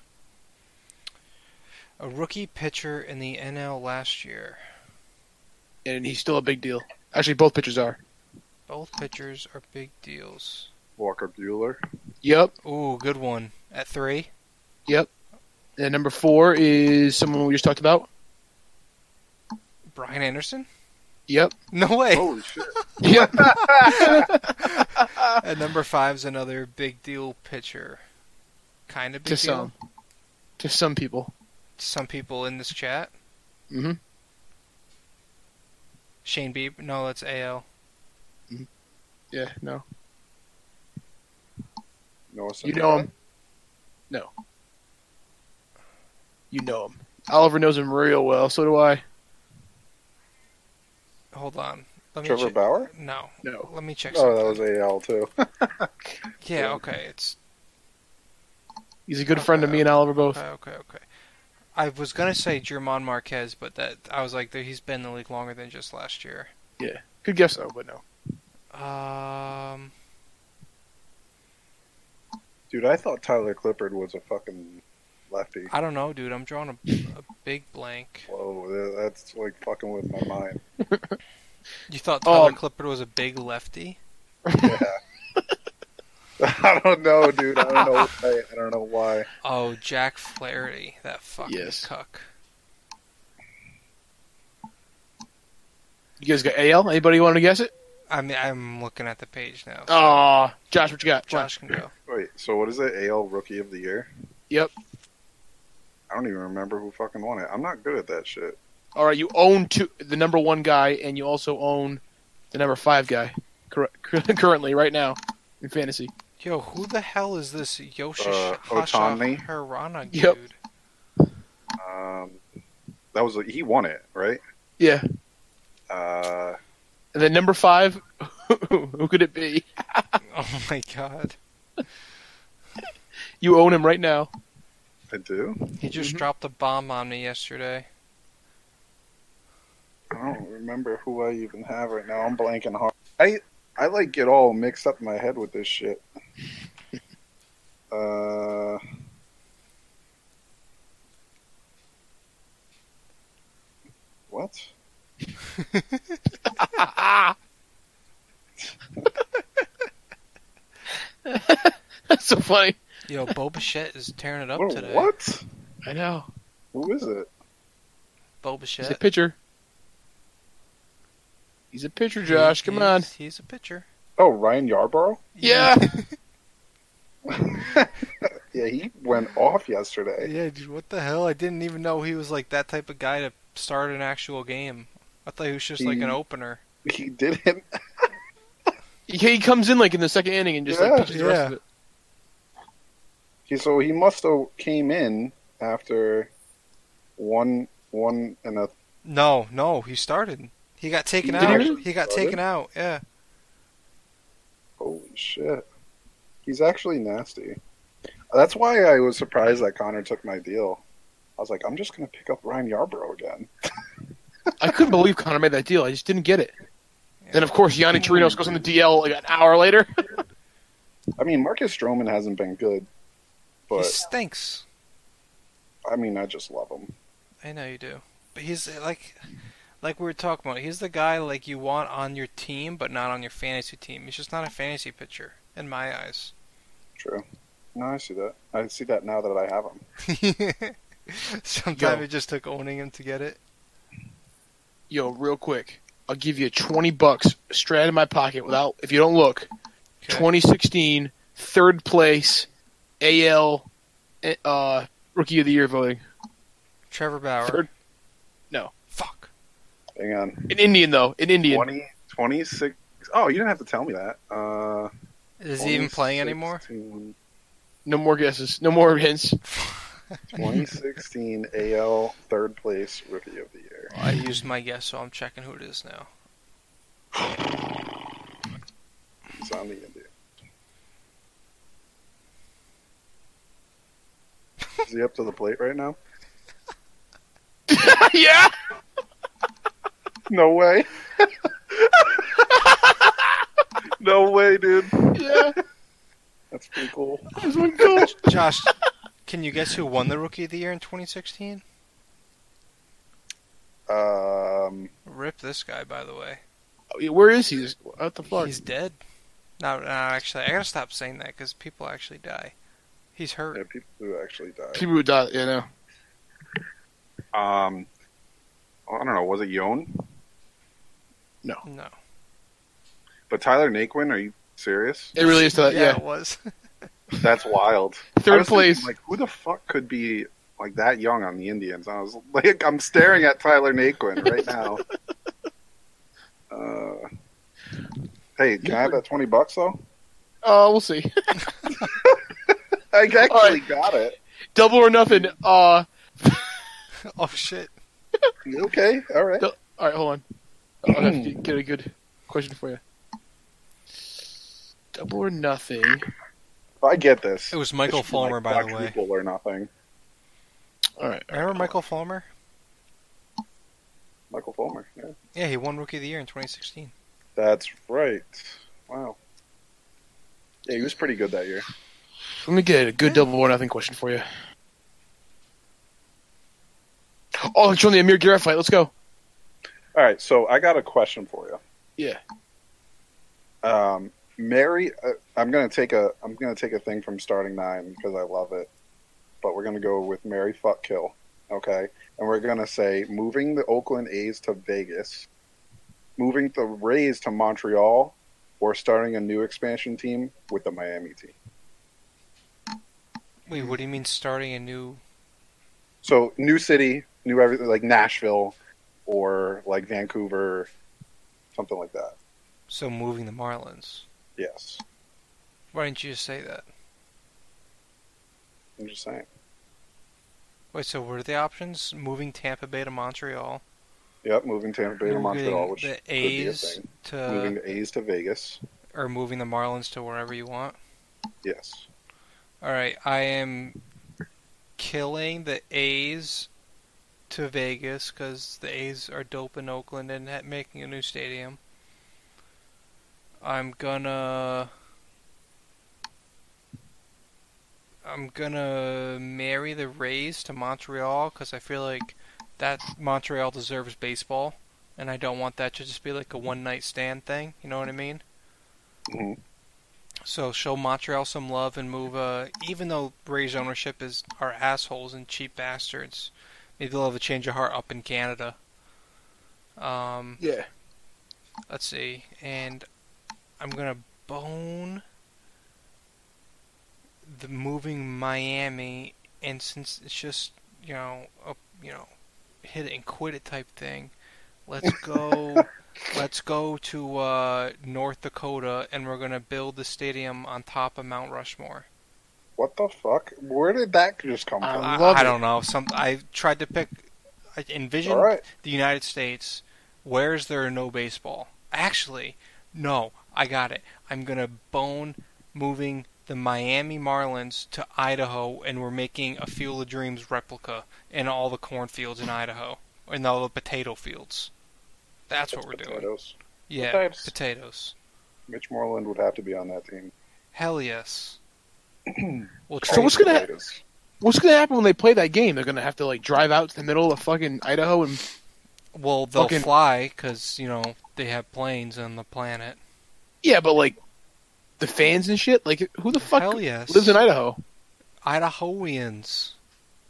Speaker 1: A rookie pitcher in the NL last year.
Speaker 2: And he's still a big deal. Actually, both pitchers are.
Speaker 1: Both pitchers are big deals.
Speaker 3: Walker Bueller.
Speaker 2: Yep.
Speaker 1: Ooh, good one. At three.
Speaker 2: And number four is someone we just talked about.
Speaker 1: Brian Anderson?
Speaker 2: Yep.
Speaker 1: No way.
Speaker 3: Holy shit.
Speaker 2: Yep.
Speaker 1: At number five's another big deal pitcher. Kind of big
Speaker 2: to
Speaker 1: deal.
Speaker 2: some. To some people.
Speaker 1: Some people in this chat.
Speaker 2: Mhm.
Speaker 1: Shane Bieber. No, that's AL.
Speaker 2: Yeah, no.
Speaker 3: Noah
Speaker 2: You know him? No. You know him. Oliver knows him real well, so do I.
Speaker 1: Hold on. Let me
Speaker 3: Trevor
Speaker 1: che-
Speaker 3: Bauer?
Speaker 1: No.
Speaker 2: No.
Speaker 1: Let me check.
Speaker 3: No, that
Speaker 1: something.
Speaker 3: was AL too.
Speaker 1: Yeah, okay. It's
Speaker 2: He's a good friend of me and Oliver both.
Speaker 1: okay, uh, okay, okay. I was gonna say German Marquez, but that I was like, he's been in the league longer than just last year.
Speaker 2: Good guess though, but no.
Speaker 1: Um,
Speaker 3: Dude, I thought Tyler Clippard was a fucking lefty?
Speaker 1: I don't know, dude. I'm drawing a, a big blank.
Speaker 3: Whoa, that's like fucking with my mind.
Speaker 1: You thought Tyler
Speaker 2: Um,
Speaker 1: Clifford was a big lefty?
Speaker 3: Yeah. I don't know, dude. I don't know. Why. I don't know why.
Speaker 1: Oh, Jack Flaherty, that fucking
Speaker 2: Yes.
Speaker 1: cuck.
Speaker 2: You guys got AL? Anybody want to guess it?
Speaker 1: I mean, I'm looking at the page now.
Speaker 2: Ah, Josh, what you got?
Speaker 1: Josh can go.
Speaker 3: Wait, so what is it? AL Rookie of the Year?
Speaker 2: Yep.
Speaker 3: I don't even remember who fucking won it. I'm not good at that shit.
Speaker 2: All right, you own two, the number one guy, and you also own the number five guy. Cor- currently, right now, in fantasy.
Speaker 1: Yo, who the hell is this Yoshish
Speaker 3: Uh,
Speaker 1: Hasha
Speaker 3: Ohtani?
Speaker 1: Hirana dude?
Speaker 2: Yep.
Speaker 3: Um, that was he won it, right?
Speaker 2: Yeah.
Speaker 3: Uh,
Speaker 2: And then number five, who could it be?
Speaker 1: Oh my god.
Speaker 2: You own him right now.
Speaker 3: I do.
Speaker 1: He just
Speaker 2: Mhm.
Speaker 1: dropped a bomb on me yesterday.
Speaker 3: I don't remember who I even have right now. I'm blanking hard. I I like get all mixed up in my head with this shit. uh, what?
Speaker 2: That's so funny.
Speaker 1: Yo, Bo Bichette is tearing it up
Speaker 3: What-
Speaker 1: today.
Speaker 3: what?
Speaker 2: I know.
Speaker 3: Who is it?
Speaker 1: Bo
Speaker 2: He's a
Speaker 1: Bichette.
Speaker 2: pitcher. He's a pitcher, Josh. Come
Speaker 1: He's-
Speaker 2: on.
Speaker 1: He's a pitcher.
Speaker 3: Oh, Ryan Yarborough.
Speaker 2: Yeah.
Speaker 3: Yeah, he went off yesterday.
Speaker 1: Yeah, dude, what the hell? I didn't even know he was like that type of guy to start an actual game. I thought he was just like an
Speaker 3: He-
Speaker 1: opener.
Speaker 3: He didn't.
Speaker 2: He, he comes in like in the second inning and just
Speaker 3: Yeah,
Speaker 2: like pitches the rest
Speaker 1: yeah.
Speaker 2: of it.
Speaker 3: He, so he must have came in after one, one and a.
Speaker 1: No, no, he started. He got taken
Speaker 3: Did
Speaker 2: he
Speaker 1: out.
Speaker 2: really?
Speaker 1: He got
Speaker 3: Started?
Speaker 1: taken out. Yeah.
Speaker 3: Holy shit! He's actually nasty. That's why I was surprised that Connor took my deal. I was like, I'm just gonna pick up Ryan Yarborough again.
Speaker 2: I couldn't believe Connor made that deal. I just didn't get it. Then of course Yanni Torinos goes on the DL like an hour later.
Speaker 3: I mean, Marcus Stroman hasn't been good,
Speaker 1: he
Speaker 3: but
Speaker 1: stinks.
Speaker 3: I mean, I just love him.
Speaker 1: I know you do. But he's uh, like like we were talking about, he's the guy like you want on your team but not on your fantasy team. He's just not a fantasy pitcher, in my eyes.
Speaker 3: True. No, I see that. I see that now that I have him.
Speaker 1: Sometimes
Speaker 2: Yo.
Speaker 1: it just took owning him to get it.
Speaker 2: Yo, real quick, I'll give you twenty bucks straight out of my pocket without if you don't look.
Speaker 1: Okay.
Speaker 2: 2016 third place AL uh, Rookie of the Year voting.
Speaker 1: Trevor Bauer.
Speaker 2: Third-
Speaker 1: Fuck.
Speaker 3: Hang on.
Speaker 2: An Indian though, an Indian.
Speaker 3: 20, 26. Oh, you didn't have to tell me that. Uh,
Speaker 1: Is he even playing anymore?
Speaker 3: 2016
Speaker 2: No more guesses. No more hints.
Speaker 3: 2016 AL third place rookie of the year.
Speaker 1: I used my guess, so I'm checking who it is now.
Speaker 3: He's on the Indian. Is he up to the plate right now?
Speaker 2: yeah.
Speaker 3: No way. no way, dude.
Speaker 2: Yeah.
Speaker 3: That's pretty cool.
Speaker 2: This one goes.
Speaker 1: Josh, can you guess who won the Rookie of the Year in 2016?
Speaker 3: Um,
Speaker 1: Rip this guy, by the way.
Speaker 2: Oh, Where is he? What the fuck?
Speaker 1: He's dead. No, no, actually, I gotta stop saying that because people actually die. He's
Speaker 3: yeah,
Speaker 1: hurt.
Speaker 3: people who actually died.
Speaker 2: People would die. You know.
Speaker 3: Um, I don't know. Was it Yon?
Speaker 1: No.
Speaker 3: But Tyler Naquin? Are you serious?
Speaker 2: It really is to that. Yeah.
Speaker 1: it uh, was.
Speaker 3: That's wild. I
Speaker 2: Third
Speaker 3: was thinking,
Speaker 2: place.
Speaker 3: like, who the fuck could be like that young on the Indians? I was like, I'm staring at Tyler Naquin right now. uh, hey, can I have that twenty bucks though?
Speaker 2: Uh, we'll see.
Speaker 3: I actually
Speaker 2: right.
Speaker 3: got it.
Speaker 2: Double or nothing. Uh. All
Speaker 1: oh shit.
Speaker 3: You Okay, all right.
Speaker 2: Don't- right. Hold on. I'll have to get- get a good question for you. Double or nothing.
Speaker 3: I get this.
Speaker 1: It was Michael
Speaker 3: It should be,
Speaker 1: Fulmer,
Speaker 3: like,
Speaker 1: by the way.
Speaker 3: quadruple or nothing.
Speaker 2: All right.
Speaker 1: Remember Michael Fulmer?
Speaker 3: Michael Fulmer. Yeah.
Speaker 1: Yeah, he won Rookie of the Year in 2016.
Speaker 3: That's right. Wow. Yeah, he was pretty good that year.
Speaker 2: Let me get a good double or nothing question for you. Oh, it's from the Amir Garrett fight. Let's go.
Speaker 3: All right, so I got a question for you.
Speaker 2: Yeah.
Speaker 3: Um, Mary, uh, I'm gonna take a I'm gonna take a thing from starting nine because I love it, but we're gonna go with Mary fuck kill, okay? And we're gonna say moving the Oakland A's to Vegas, moving the Rays to Montreal, or starting a new expansion team with the Miami team.
Speaker 1: Wait, what do you mean starting a new?
Speaker 3: So new city, new everything like Nashville or like Vancouver, something like that.
Speaker 1: So moving the Marlins.
Speaker 3: Yes,
Speaker 1: Why didn't you just say that?
Speaker 3: I'm just saying.
Speaker 1: Wait, so what are the options? Moving Tampa Bay to Montreal.
Speaker 3: Yep, moving Tampa Bay to
Speaker 1: moving
Speaker 3: Montreal, which
Speaker 1: the
Speaker 3: could be a
Speaker 1: A's uh,
Speaker 3: thing.
Speaker 1: to
Speaker 3: moving the A's to Vegas.
Speaker 1: or moving the Marlins to wherever you want.
Speaker 3: Yes.
Speaker 1: All right, I am killing the A's to Vegas because the A's are dope in Oakland and ha- making a new stadium. I'm gonna. I'm gonna marry the Rays to Montreal because I feel like that Montreal deserves baseball, and I don't want that to just be like a one night stand thing. You know what I mean?
Speaker 3: hmm
Speaker 1: So show Montreal some love and move. Uh, even though Rays ownership is are assholes and cheap bastards, maybe they'll have a change of heart up in Canada. Um,
Speaker 2: Yeah.
Speaker 1: let's see, and I'm gonna bone the moving Miami, and since it's just you know a you know hit it and quit it type thing, let's go. Let's go to uh, North Dakota, and we're gonna build the stadium on top of Mount Rushmore.
Speaker 3: What the fuck? Where did that just come
Speaker 2: I
Speaker 3: from?
Speaker 1: I,
Speaker 2: love
Speaker 1: I
Speaker 2: it.
Speaker 1: don't know. Some I tried to pick. I envisioned
Speaker 3: All right.
Speaker 1: the United States. Where's there no baseball? Actually, no. I got it. I'm gonna bone moving the Miami Marlins to Idaho, and we're making a Field of Dreams replica in all the cornfields in Idaho and all the potato fields. That's what we're doing.
Speaker 3: Potatoes.
Speaker 1: Yeah,
Speaker 3: Potatoes.
Speaker 1: potatoes.
Speaker 3: Mitch Moreland would have to be on that team.
Speaker 1: Hell yes. we'll
Speaker 2: So
Speaker 1: trade-
Speaker 2: what's gonna-
Speaker 3: Potatoes.
Speaker 2: What's gonna happen when they play that game? They're gonna have to like drive out to the middle of fucking Idaho and
Speaker 1: well, they'll 'cause
Speaker 2: fucking-
Speaker 1: fly because you know they have planes on the planet.
Speaker 2: yeah, but like the fans and shit. Like who the fuck
Speaker 1: Hell yes.
Speaker 2: lives in Idaho?
Speaker 1: Idahoans.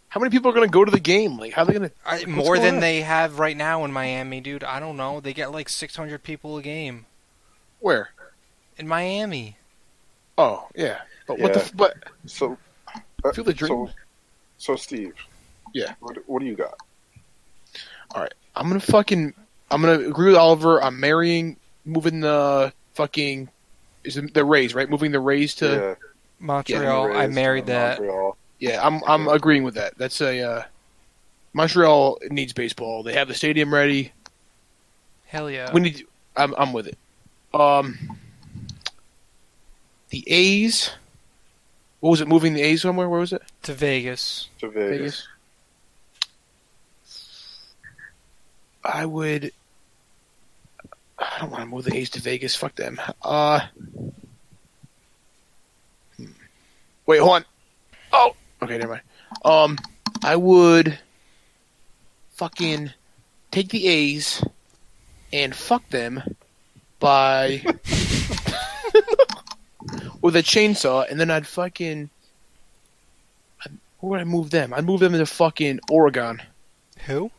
Speaker 2: How many people are gonna go to the game? Like how are they gonna?
Speaker 1: I,
Speaker 2: What's
Speaker 1: more than
Speaker 2: going on?
Speaker 1: they have right now in Miami, dude. I don't know. They get like 600 people a game
Speaker 2: Where?
Speaker 1: in Miami.
Speaker 2: Oh yeah. But what the?
Speaker 3: Yeah.
Speaker 2: f- But
Speaker 3: So, uh,
Speaker 2: Feel the dream.
Speaker 3: So, so Steve.
Speaker 2: Yeah.
Speaker 3: What, what do you got?
Speaker 2: I'm gonna fucking I'm gonna agree with Oliver. I'm marrying, moving the fucking is it the Rays right? Moving the Rays to
Speaker 3: Yeah,
Speaker 1: Montreal.
Speaker 3: Rays
Speaker 1: I married
Speaker 3: to
Speaker 1: that.
Speaker 3: Montreal.
Speaker 2: yeah. I'm I'm agreeing with that. That's a uh, Montreal needs baseball. They have the stadium ready.
Speaker 1: Hell yeah.
Speaker 2: We need. I'm I'm with it. Um, the A's. What was it? Moving the A's somewhere? Where was it?
Speaker 1: to Vegas.
Speaker 3: To Vegas.
Speaker 2: Vegas. I would. I don't want to move the A's to Vegas. Fuck them. Uh. hmm. Wait, hold on. Oh, okay, never mind. Um, I would fucking take the A's and fuck them by with a chainsaw, and then I'd fucking where would I move them? I'd move them to fucking Oregon,
Speaker 1: Who?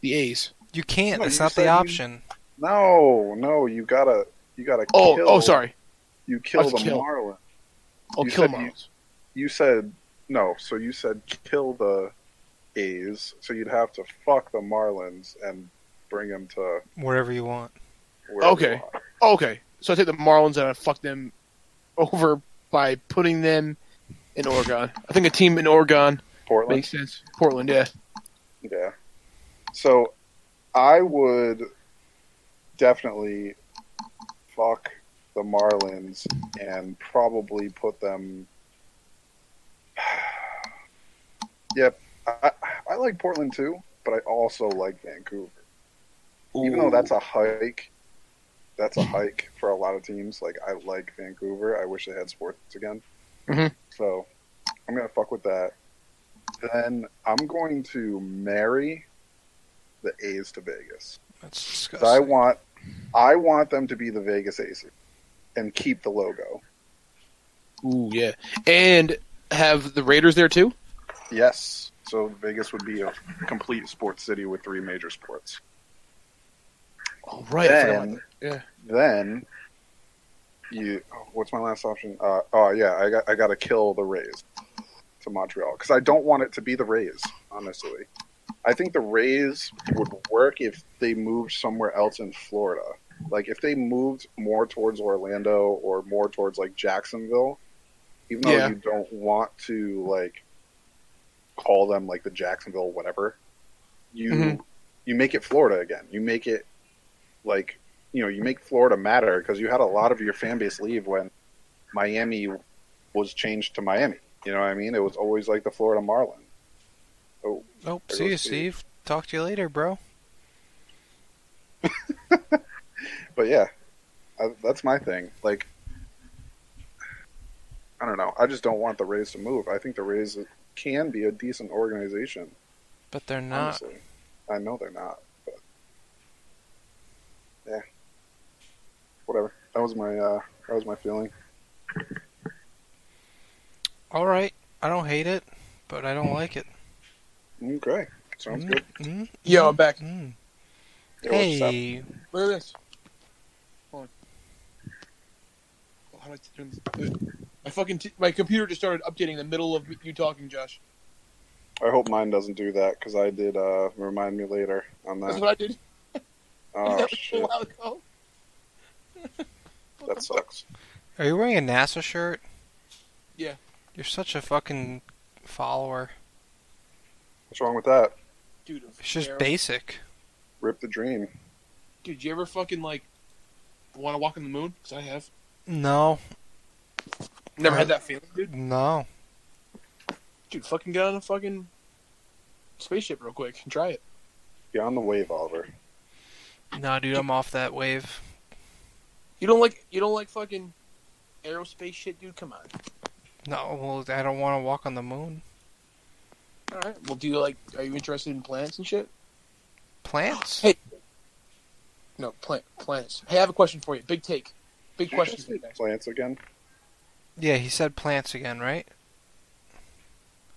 Speaker 2: the A's.
Speaker 1: You can't.
Speaker 3: No,
Speaker 1: That's
Speaker 3: you
Speaker 1: not
Speaker 3: said
Speaker 1: the
Speaker 3: you-
Speaker 1: option.
Speaker 3: No, no, you gotta, you gotta.
Speaker 2: Oh,
Speaker 3: kill,
Speaker 2: oh, sorry.
Speaker 3: You kill
Speaker 2: Let's
Speaker 3: the
Speaker 2: kill.
Speaker 3: Marlin.
Speaker 2: Oh,
Speaker 3: You
Speaker 2: kill
Speaker 3: said
Speaker 2: Marlins.
Speaker 3: You said no, so you said kill the A's, so you'd have to fuck the Marlins and bring them to.
Speaker 1: Whatever you want.
Speaker 3: Where they
Speaker 2: Okay.
Speaker 3: are.
Speaker 2: Oh, okay, so I take the Marlins and I fuck them over by putting them in Oregon. I think a team in Oregon
Speaker 3: Portland.
Speaker 2: makes sense. Portland, yeah.
Speaker 3: Yeah. So I would definitely fuck the Marlins and probably put them. yep. I, I like Portland too, but I also like Vancouver. Even though that's a hike, that's a hike for a lot of teams. Like, I like Vancouver. I wish they had sports again.
Speaker 2: Mhm.
Speaker 3: So I'm going to fuck with that. Then I'm going to marry the A's to Vegas.
Speaker 1: That's
Speaker 3: 'Cause
Speaker 1: disgusting.
Speaker 3: I want, I want them to be the Vegas Aces and keep the logo.
Speaker 2: Ooh, yeah. And have the Raiders there too?
Speaker 3: Yes. So Vegas would be a complete sports city with three major sports.
Speaker 2: Oh, right. I forgot about
Speaker 3: Then-
Speaker 2: that. yeah.
Speaker 3: Then you what's my last option? Uh, oh yeah, I got I got to kill the Rays to Montreal cuz I don't want it to be the Rays, honestly. I think the Rays would work if they moved somewhere else in Florida. Like if they moved more towards Orlando or more towards like Jacksonville, even though
Speaker 2: Yeah.
Speaker 3: you don't want to like call them like the Jacksonville whatever, you
Speaker 2: Mhm.
Speaker 3: you make it Florida again. You make it like you know you make Florida matter because you had a lot of your fan base leave when Miami was changed to Miami. You know what I mean? It was always like the Florida Marlin.
Speaker 1: Oh,
Speaker 3: I
Speaker 1: see
Speaker 3: go
Speaker 1: you,
Speaker 3: see-
Speaker 1: Steve. Talk to you later, bro.
Speaker 3: But yeah, I, that's my thing. Like, I don't know. I just don't want the Rays to move. I think the Rays can be a decent organization.
Speaker 1: But they're not.
Speaker 3: Honestly, I know they're not. But yeah, whatever. That was my uh, that was my feeling.
Speaker 1: All right. I don't hate it, but I don't like it.
Speaker 3: Okay, sounds
Speaker 1: Mm,
Speaker 3: good.
Speaker 1: mm,
Speaker 2: Yo, I'm back.
Speaker 1: mm.
Speaker 3: Yeah, what's up?
Speaker 1: Hey,
Speaker 2: Look at this. Hold on. Oh, How do I turn this? My fucking t- my computer just started updating in the middle of you talking, Josh.
Speaker 3: I hope mine doesn't do that because I did. Uh, remind me later on
Speaker 2: That's
Speaker 3: that.
Speaker 2: what I did
Speaker 3: Oh
Speaker 2: that was a
Speaker 3: shit,
Speaker 2: while ago.
Speaker 3: that sucks.
Speaker 1: are you wearing a NASA shirt?
Speaker 2: Yeah.
Speaker 1: You're such a fucking follower.
Speaker 3: What's wrong with that?
Speaker 2: Dude,
Speaker 1: It's just
Speaker 2: terrible.
Speaker 1: basic.
Speaker 3: Rip the dream.
Speaker 2: Dude, you ever fucking like want to walk on the moon? Because I have.
Speaker 1: No,
Speaker 2: Never had that feeling, dude.
Speaker 1: no.
Speaker 2: Dude, fucking get on a fucking spaceship real quick and try it.
Speaker 3: Get on the wave, Oliver.
Speaker 1: No, dude, I'm off that wave.
Speaker 2: You don't like you don't like fucking aerospace shit, dude. Come on.
Speaker 1: No, well, I don't want to walk on the moon.
Speaker 2: All right. Well, do you like? Are you interested in plants and shit?
Speaker 1: Plants?
Speaker 2: Hey. No, plant plants. Hey, I have a question for you. Big take. Big question for you guys.
Speaker 3: Plants again.
Speaker 1: Yeah, he said plants again, right?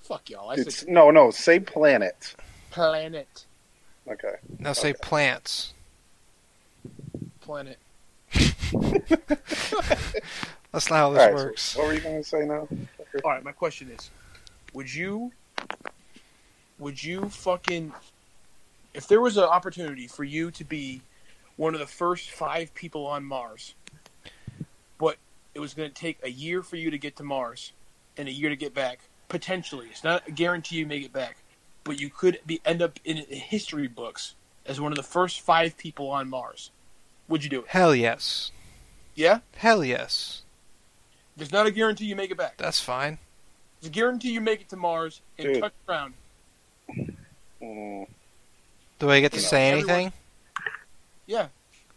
Speaker 2: Fuck y'all. I
Speaker 3: It's,
Speaker 2: said
Speaker 3: no, no. Say planet.
Speaker 2: planet,
Speaker 3: Okay.
Speaker 1: Now say plants.
Speaker 2: planet.
Speaker 1: That's not how
Speaker 3: All
Speaker 1: this
Speaker 3: right. so
Speaker 1: works.
Speaker 3: what were you going to say now?
Speaker 2: All right. My question is, would you, would you fucking, if there was an opportunity for you to be one of the first five people on Mars, but it was going to take a year for you to get to Mars and a year to get back, potentially, it's not a guarantee you make it back, but you could be end up in history books as one of the first five people on Mars. Would you do it?
Speaker 1: Hell yes.
Speaker 2: Yeah.
Speaker 1: Hell yes.
Speaker 2: There's not a guarantee you make it back.
Speaker 1: That's fine.
Speaker 2: There's a guarantee you make it to Mars and
Speaker 3: Dude.
Speaker 2: touch ground.
Speaker 3: Mm,
Speaker 1: Do I get to
Speaker 2: You know,
Speaker 1: say
Speaker 2: everyone-
Speaker 1: anything?
Speaker 2: Yeah.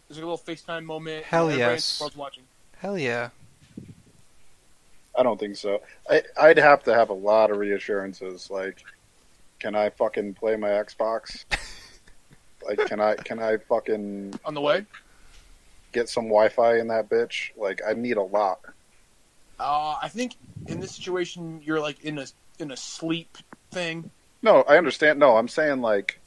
Speaker 2: There's a little FaceTime moment.
Speaker 1: Hell
Speaker 2: Everybody in the
Speaker 1: yes.
Speaker 2: world's watching.
Speaker 1: Hell yeah.
Speaker 3: I don't think so. I, I'd have to have a lot of reassurances. Like, can I fucking play my Xbox? like, can I can I fucking
Speaker 2: On the way?
Speaker 3: get some Wi-Fi in that bitch? Like, I need a lot.
Speaker 2: Uh, I think in this situation you're like in a in a sleep thing.
Speaker 3: No, I understand. No, I'm saying like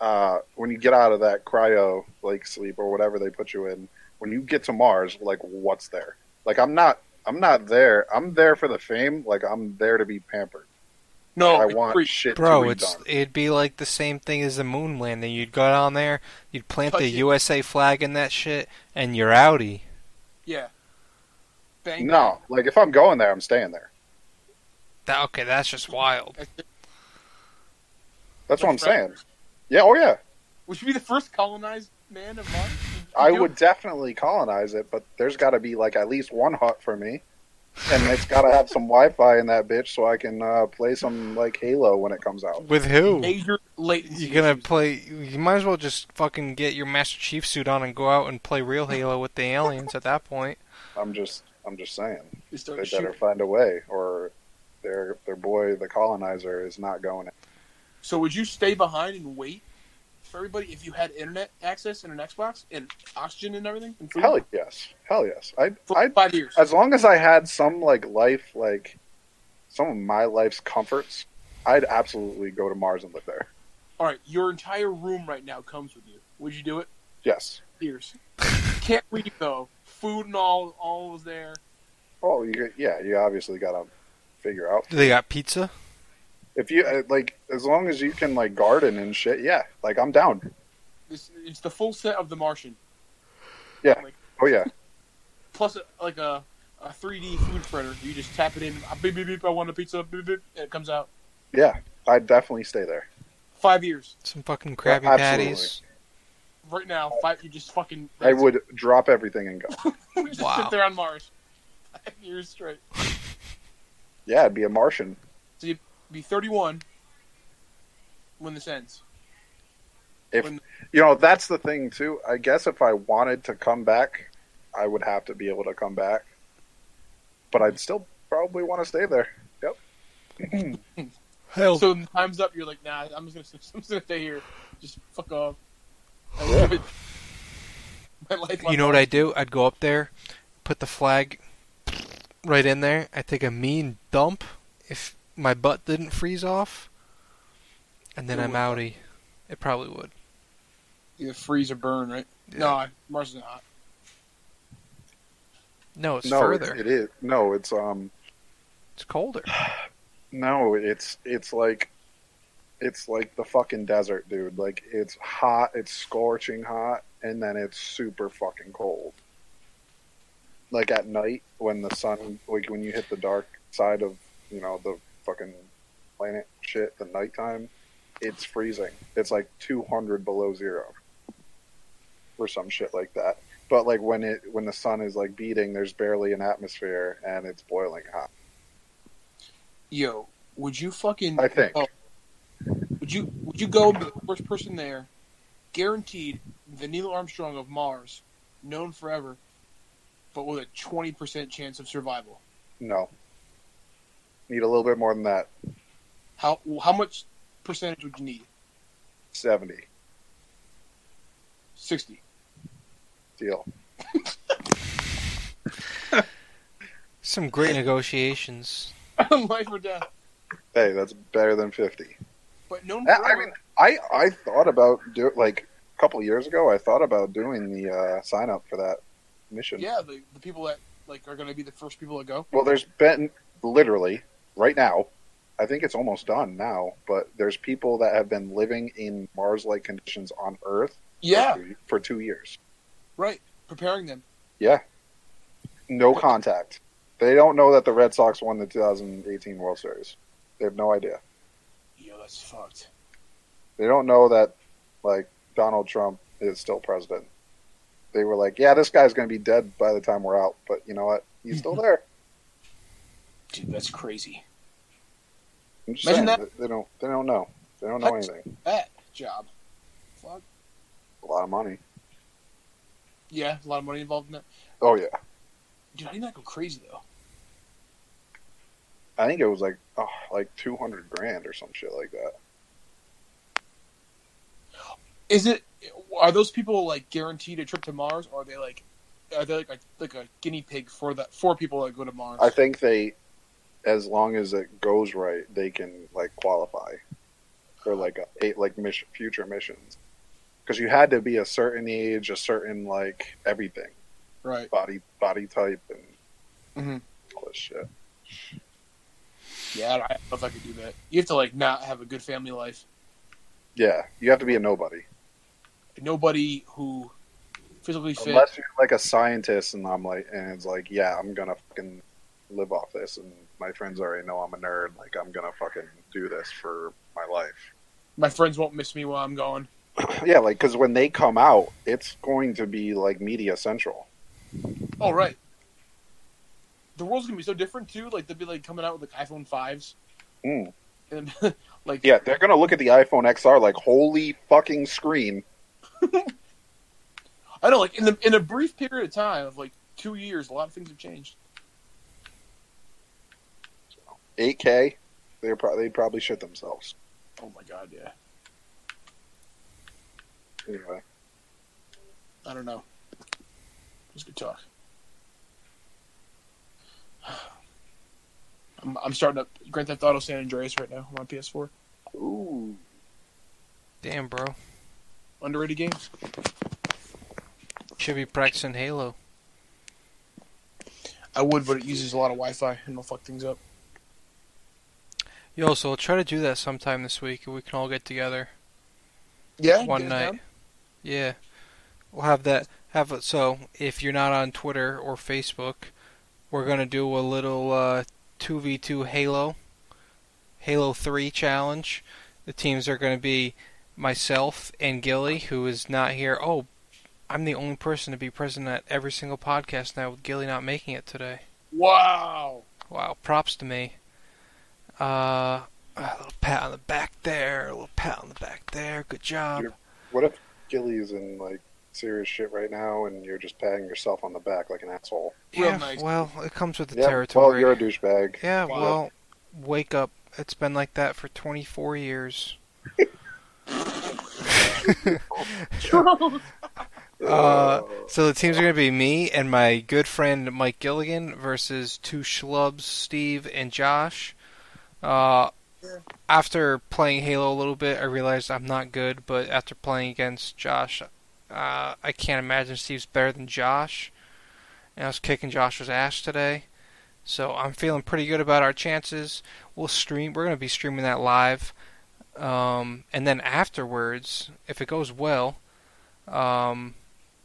Speaker 3: uh, when you get out of that cryo like sleep or whatever they put you in, when you get to Mars, like what's there? Like I'm not, I'm not there. I'm there for the fame. Like I'm there to be pampered.
Speaker 2: No,
Speaker 3: I
Speaker 2: it's
Speaker 3: want
Speaker 2: free.
Speaker 3: shit to
Speaker 1: Bro,
Speaker 3: be
Speaker 1: it's
Speaker 3: done.
Speaker 1: it'd be like the same thing as the moon landing. You'd go down there, you'd plant
Speaker 2: Touch
Speaker 1: the
Speaker 2: it.
Speaker 1: USA flag in that shit, and you're outie.
Speaker 2: Yeah. Bang.
Speaker 3: No, like if I'm going there, I'm staying there.
Speaker 1: That, okay, that's just wild.
Speaker 2: That's it.
Speaker 3: That's what I'm
Speaker 2: That's right.
Speaker 3: saying. Yeah, oh yeah.
Speaker 2: Would you be the first colonized man of Mars?
Speaker 3: I
Speaker 2: You do?
Speaker 3: would definitely colonize it, but there's got to be like at least one hut for me, and it's got to have some Wi-Fi in that bitch so I can uh, play some like Halo when it comes out.
Speaker 1: With who?
Speaker 2: Major latency.
Speaker 1: You're gonna
Speaker 2: issues.
Speaker 1: play. You might as well just fucking get your Master Chief suit on and go out and play real Halo with the aliens at that point.
Speaker 3: I'm just, I'm just saying.
Speaker 2: Just start
Speaker 3: They
Speaker 2: shooting.
Speaker 3: better find a way, or their their boy, the colonizer, is not going.
Speaker 2: So would you stay behind and wait for everybody if you had internet access and an Xbox and oxygen and everything? And food?
Speaker 3: Hell yes, hell yes. I
Speaker 2: For
Speaker 3: I
Speaker 2: five years.
Speaker 3: as long as I had some like life, like some of my life's comforts, I'd absolutely go to Mars and live there.
Speaker 2: All right, your entire room right now comes with you. Would you do it?
Speaker 3: Yes.
Speaker 2: Years. Can't leave though. Food and all, all was there.
Speaker 3: Oh, you, yeah. You obviously got to figure out
Speaker 1: They got pizza.
Speaker 3: if you uh, like as long as you can like garden and shit. Yeah, like I'm down.
Speaker 2: It's, it's the full set of The Martian.
Speaker 3: Yeah.
Speaker 2: Like,
Speaker 3: Oh yeah.
Speaker 2: plus, a- like a, a 3D food printer. You just tap it in. ah, Beep beep beep. I want a pizza. Beep beep. And it comes out.
Speaker 3: Yeah, I'd definitely stay there.
Speaker 2: Five years.
Speaker 1: Some fucking Krabby
Speaker 3: absolutely.
Speaker 1: Patties.
Speaker 2: Right now, five. You just fucking.
Speaker 3: I would drop everything and go.
Speaker 2: We just
Speaker 1: Wow.
Speaker 2: sit there on Mars. Five years straight.
Speaker 3: Yeah, I'd be a Martian.
Speaker 2: Be 31 when this ends.
Speaker 3: You know, that's the thing too. I guess if I wanted to come back, I would have to be able to come back. But I'd still probably want to stay there.
Speaker 1: Hell,
Speaker 2: So when time's up, you're like, nah, I'm just gonna, I'm just gonna stay here. Just fuck off. I
Speaker 3: Yeah.
Speaker 2: live it. My life.
Speaker 1: you know what I do? I'd go up there, put the flag right in there. I take a mean dump if my butt didn't freeze off, and then
Speaker 2: It
Speaker 1: I'm
Speaker 2: would.
Speaker 1: outie. It probably would.
Speaker 2: Either freeze or burn, right?
Speaker 1: Yeah.
Speaker 2: No, I- Mars is not.
Speaker 1: No, it's
Speaker 3: no,
Speaker 1: further.
Speaker 3: it is. No, it's um,
Speaker 1: It's colder.
Speaker 3: no, it's it's like, it's like the fucking desert, dude. Like it's hot, it's scorching hot, and then it's super fucking cold. Like at night when the sun, like when you hit the dark side of you know the fucking planet shit, the nighttime, it's freezing. It's like two hundred below zero, or some shit like that. But like when it when the sun is like beating, there's barely an atmosphere and it's boiling hot.
Speaker 2: Yo, would you fucking?
Speaker 3: I think.
Speaker 2: Oh. Would you? Would you go be the first person there? Guaranteed, the Neil Armstrong of Mars, known forever, but with a twenty percent chance of survival.
Speaker 3: No. Need a little bit more than that.
Speaker 2: How how much percentage would you need?
Speaker 3: 70.
Speaker 2: Sixty.
Speaker 3: Deal.
Speaker 1: Some great negotiations.
Speaker 2: Life or death.
Speaker 3: Hey, that's better than 50.
Speaker 2: But known
Speaker 3: I,
Speaker 2: forever.
Speaker 3: I mean, I, I thought about, do, like, a couple years ago, I thought about doing the uh, sign up for that mission.
Speaker 2: yeah, the, the people that like are going to be the first people to go.
Speaker 3: Well, there's been, literally, right now, I think it's almost done now, but there's people that have been living in Mars like conditions on Earth
Speaker 2: Yeah,
Speaker 3: for, two, for two years.
Speaker 2: right. Preparing them.
Speaker 3: No contact. They don't know that the Red Sox won the 2018 World Series. They have no idea.
Speaker 2: Yo, that's fucked.
Speaker 3: they don't know that like Donald Trump is still president. They were like, yeah, this guy's going to be dead by the time we're out, but you know what? He's
Speaker 2: Mm-hmm.
Speaker 3: still there.
Speaker 2: Dude, that's crazy.
Speaker 3: I'm just
Speaker 2: Imagine
Speaker 3: saying, They don't. They don't know. They don't know
Speaker 2: That's-
Speaker 3: anything.
Speaker 2: That job. Fuck.
Speaker 3: A lot of money.
Speaker 2: Yeah, a lot of money involved in that.
Speaker 3: Oh yeah.
Speaker 2: Dude, I did not go crazy though.
Speaker 3: I think it was like oh, like two hundred grand or some shit like that.
Speaker 2: Is it? Are those people like guaranteed a trip to Mars, or are they like, are they like a, like a guinea pig for that for people that go to Mars?
Speaker 3: I think they, as long as it goes right, they can like qualify for like a, eight like mission, future missions. Because you had to be a certain age, a certain like everything,
Speaker 2: right.
Speaker 3: body body type, and
Speaker 2: Mhm.
Speaker 3: all this shit.
Speaker 2: Yeah, I don't know if I could do that. You have to like not have a good family life.
Speaker 3: Yeah, you have to be a nobody
Speaker 2: Nobody who physically fit.
Speaker 3: unless you're like a scientist, and I'm like, and it's like, yeah, I'm gonna fucking live off this, and my friends already know I'm a nerd. Like, I'm gonna fucking do this for my life.
Speaker 2: My friends won't miss me while I'm gone.
Speaker 3: yeah, like because when they come out, it's going to be like media central.
Speaker 2: Oh right. The world's gonna be so different too. Like they'll be like coming out with like iPhone fives
Speaker 3: Mm.
Speaker 2: and like
Speaker 3: Yeah, they're gonna look at the iPhone XR like, holy fucking screen.
Speaker 2: I know like in the in a brief period of time of like two years, a lot of things have changed.
Speaker 3: 8K, they're pro- they'd probably shit themselves.
Speaker 4: Oh my god, yeah.
Speaker 3: Anyway,
Speaker 4: I don't know. It was good talk. I'm, I'm starting up Grand Theft Auto San Andreas right now on my PS4.
Speaker 3: ooh,
Speaker 1: Damn, bro.
Speaker 4: Underrated games.
Speaker 1: Should be practicing Halo.
Speaker 4: I would, but it uses a lot of Wi-Fi and it'll fuck things up.
Speaker 1: Yo, so we'll try to do that sometime this week, and we can all get together
Speaker 4: Yeah,
Speaker 1: one night. Yeah, we'll have that. Have it. So if you're not on Twitter or Facebook, we're gonna do a little uh, two v two Halo, Halo Three challenge. The teams are gonna be myself and Gilly, who is not here. Oh, I'm the only person to be present at every single podcast now, with Gilly not making it today.
Speaker 4: Wow.
Speaker 1: Wow, props to me. Uh, a little pat on the back there, a little pat on the back there. Good job.
Speaker 3: You're- what if Gilly's in like serious shit right now and you're just patting yourself on the back like an asshole?
Speaker 4: Real
Speaker 1: yeah,
Speaker 4: nice.
Speaker 1: well, it comes with the
Speaker 3: Yeah, well,
Speaker 1: territory.
Speaker 3: you're a douchebag.
Speaker 1: yeah,
Speaker 4: Wow.
Speaker 1: well, wake up. It's been like that for 24 years. Uh, so the teams are going to be me and my good friend Mike Gilligan versus two schlubs, Steve and Josh. Uh, after playing Halo a little bit, I realized I'm not good, but after playing against Josh, uh, I can't imagine Steve's better than Josh. And I was kicking Josh's ass today. So I'm feeling pretty good about our chances. We'll stream. We're going to be streaming that live, um, and then afterwards, if it goes well, um,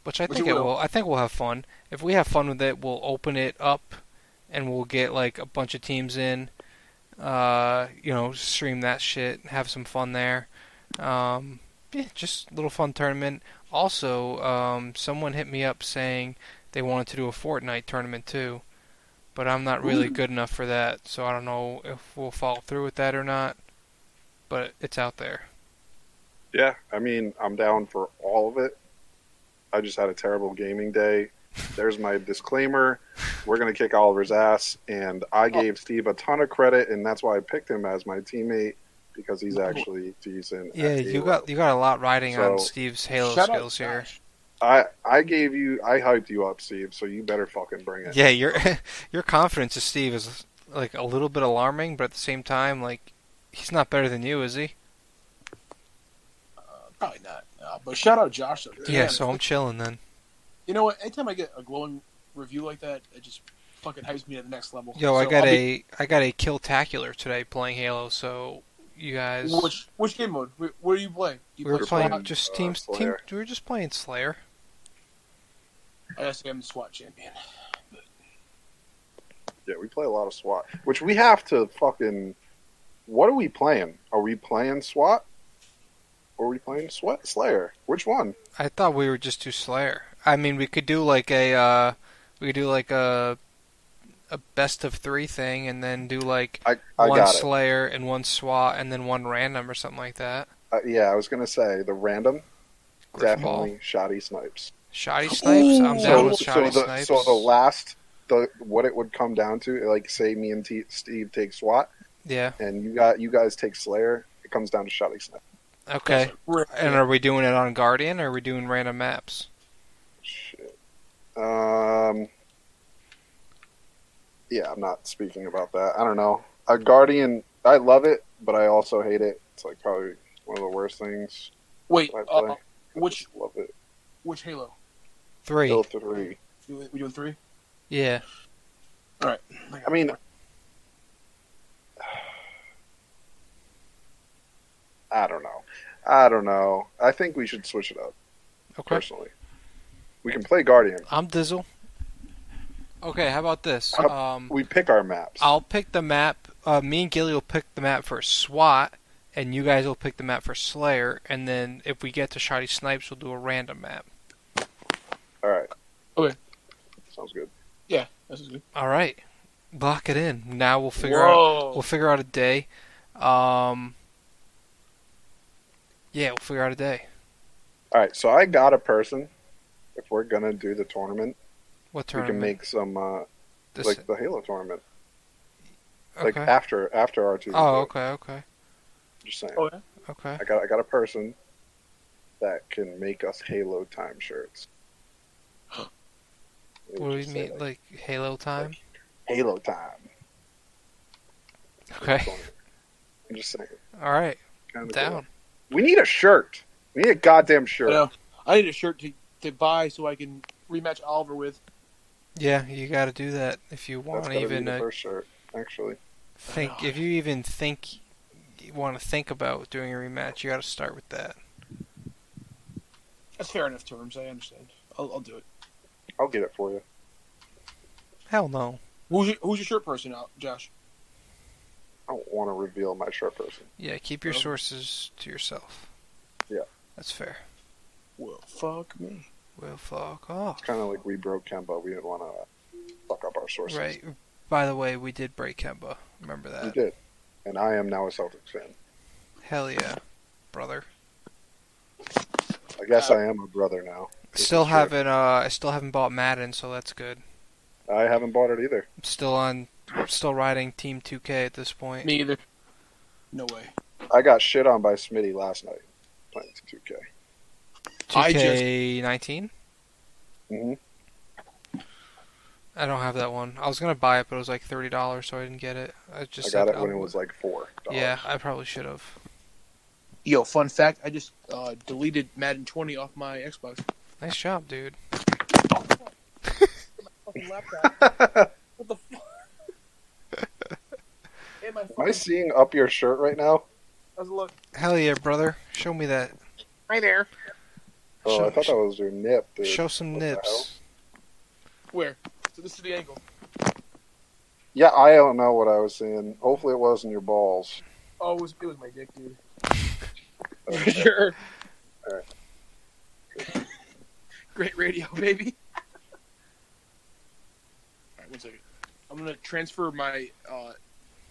Speaker 1: which I
Speaker 4: Which
Speaker 1: think
Speaker 4: it
Speaker 1: it
Speaker 4: will.
Speaker 1: will. I think we'll have fun. If we have fun with it, we'll open it up, and we'll get like a bunch of teams in. Uh, you know, stream that shit, have some fun there. Um, yeah, just a little fun tournament. Also, um, someone hit me up saying they wanted to do a Fortnite tournament too, but I'm not really good enough for that, so I don't know if we'll follow through with that or not. But it's out there.
Speaker 3: Yeah, I mean, I'm down for all of it. I just had a terrible gaming day. There's my disclaimer. We're going to kick Oliver's ass. And
Speaker 1: Oh.
Speaker 3: I gave Steve a ton of credit, and that's why I picked him as my teammate because he's actually decent. at
Speaker 1: Yeah, you
Speaker 3: Halo.
Speaker 1: got you got a lot riding on
Speaker 3: So-
Speaker 1: Steve's Halo
Speaker 4: Shout out
Speaker 1: skills here.
Speaker 4: Josh.
Speaker 3: I, I gave you, I hyped you up, Steve, so you better fucking bring it.
Speaker 1: Yeah, your your confidence of Steve is like a little bit alarming, but at the same time, like he's not better than you, is he?
Speaker 4: Uh, probably not. Uh, but shout out Josh. Though.
Speaker 1: Yeah. So I'm chilling then.
Speaker 4: You know what? Anytime I get a glowing review like that, it just fucking hypes me to the next level.
Speaker 1: Yo, I
Speaker 4: So
Speaker 1: got
Speaker 4: I'll be-
Speaker 1: a I got a kill tacular today playing Halo. So you guys,
Speaker 4: Which which game mode? Wh- What are you playing? Do you
Speaker 1: we were
Speaker 4: play
Speaker 1: playing
Speaker 4: SWAT?
Speaker 1: just
Speaker 3: uh,
Speaker 1: teams. Team,
Speaker 3: Slayer.
Speaker 1: we were just playing Slayer.
Speaker 4: I guess I'm the SWAT champion.
Speaker 3: Yeah, we play a lot of SWAT, which we have to fucking. What are we playing? Are we playing SWAT? Or are we playing Sweat Slayer? Which one?
Speaker 1: I thought we would just do Slayer. I mean, we could do like a uh, we could do like a a best of three thing, and then do like
Speaker 3: I, I
Speaker 1: one
Speaker 3: got it.
Speaker 1: Slayer and one SWAT, and then one random or something like that.
Speaker 3: Uh, yeah, I was gonna say the random
Speaker 1: Griffball,
Speaker 3: definitely shoddy snipes.
Speaker 1: shoddy snipes. I'm down
Speaker 4: Ooh.
Speaker 3: So,
Speaker 1: with shoddy
Speaker 3: so the
Speaker 1: snipes.
Speaker 3: so the last the what it would come down to, like say me and T- Steve take SWAT,
Speaker 1: yeah.
Speaker 3: and you got you guys take Slayer. It comes down to shoddy snipe.
Speaker 1: Okay. And are we doing it on Guardian, or are we doing random maps?
Speaker 3: Shit. Um. Yeah, I'm not speaking about that. I don't know. A Guardian, I love it, but I also hate it. It's like probably one of the worst things
Speaker 4: Wait,
Speaker 3: I play.
Speaker 4: uh, which
Speaker 3: I love it.
Speaker 4: which Halo?
Speaker 1: Three.
Speaker 3: Hill three.
Speaker 4: We doing three?
Speaker 1: Yeah.
Speaker 3: I mean, I don't know. I don't know. I think we should switch it up.
Speaker 1: Okay.
Speaker 3: Personally, we can play Guardian.
Speaker 1: I'm Dizzle. Okay. How about this?
Speaker 3: How-
Speaker 1: Um,
Speaker 3: We pick our maps.
Speaker 1: I'll pick the map. Uh, me and Gilly will pick the map for SWAT, and you guys will pick the map for Slayer. And then if we get to Shoddy Snipes, we'll do a random map.
Speaker 3: All right.
Speaker 4: Okay.
Speaker 3: Sounds good.
Speaker 4: Yeah, this is good.
Speaker 1: All right, lock it in. Now we'll figure out.
Speaker 4: Whoa.
Speaker 1: We'll figure out a day. Um, yeah, we'll figure out a day.
Speaker 3: All right. So I got a person. If we're gonna do the tournament,
Speaker 1: What
Speaker 3: we
Speaker 1: tournament?
Speaker 3: can make some uh,
Speaker 1: this,
Speaker 3: like the Halo tournament. like
Speaker 1: Okay.
Speaker 3: after after our two.
Speaker 1: Oh, okay, okay,
Speaker 3: Just saying.
Speaker 2: Oh, yeah.
Speaker 1: okay.
Speaker 3: I got I got a person that can make us Halo time shirts. It would
Speaker 1: What do we
Speaker 3: just say,
Speaker 1: mean, like Halo time?
Speaker 3: Halo time.
Speaker 1: Okay,
Speaker 3: I'm just saying.
Speaker 1: all right,
Speaker 3: Kinda cool.
Speaker 1: down.
Speaker 3: We need a shirt. We need a goddamn shirt.
Speaker 2: I know. I need a shirt to, to buy so I can rematch Oliver with.
Speaker 1: Yeah, you got to do that if you
Speaker 3: That's
Speaker 1: want
Speaker 3: gotta
Speaker 1: to
Speaker 3: be
Speaker 1: even
Speaker 3: the
Speaker 1: uh,
Speaker 3: first shirt, actually.
Speaker 1: think. If you even think you want to think about doing a rematch, you got to start with that.
Speaker 2: That's fair enough terms. I understand. I'll, I'll do it.
Speaker 3: I'll get it for you.
Speaker 1: Hell no.
Speaker 2: Who's your, who's your shirt person, Al- Josh?
Speaker 3: I don't want to reveal my shirt person.
Speaker 1: Yeah, keep your
Speaker 2: Okay.
Speaker 1: sources to yourself.
Speaker 3: Yeah.
Speaker 1: that's fair.
Speaker 2: Well, fuck me.
Speaker 1: Well, fuck off.
Speaker 3: It's kind of like we broke Kemba. We didn't want to fuck up our sources.
Speaker 1: Right. By the way, we did break Kemba. Remember
Speaker 3: We
Speaker 1: that?
Speaker 3: did. And I am now a Celtics fan.
Speaker 1: Hell yeah, brother.
Speaker 3: I guess
Speaker 2: Uh,
Speaker 3: I am a brother now. This is
Speaker 1: Still
Speaker 3: true.
Speaker 1: haven't. Uh, I still haven't bought Madden, so that's good.
Speaker 3: I haven't bought it either.
Speaker 1: I'm still on. I'm still riding Team 2K at this point.
Speaker 2: Me either. No way.
Speaker 3: I got shit on by Smitty last night playing 2K.
Speaker 1: 2K19.
Speaker 3: hmm
Speaker 1: I don't have that one. I was gonna buy it, but it was like thirty dollars, so I didn't get it. I just
Speaker 3: I got
Speaker 1: said,
Speaker 3: it when
Speaker 1: "Oh,
Speaker 3: it was like four.
Speaker 1: Yeah, I probably should have.
Speaker 2: Yo, fun fact: I just uh, deleted Madden 20 off my Xbox.
Speaker 1: Nice job, dude.
Speaker 2: Fucking laptop. what the fuck? And my
Speaker 3: Am I seeing up your shirt right now?
Speaker 2: look.
Speaker 1: Hell yeah, brother. Show me that.
Speaker 2: Right there.
Speaker 3: Oh,
Speaker 1: Show-
Speaker 3: I thought that was your nip, dude.
Speaker 1: Show some
Speaker 3: What the hell?
Speaker 1: nips.
Speaker 2: Where? So this is the angle.
Speaker 3: Yeah, I don't know what I was seeing. Hopefully, it wasn't your balls.
Speaker 2: Oh, it was, it was my dick, dude. For
Speaker 3: Okay.
Speaker 2: sure.
Speaker 3: Alright.
Speaker 2: Great radio, baby. Alright, one second. I'm gonna transfer my uh,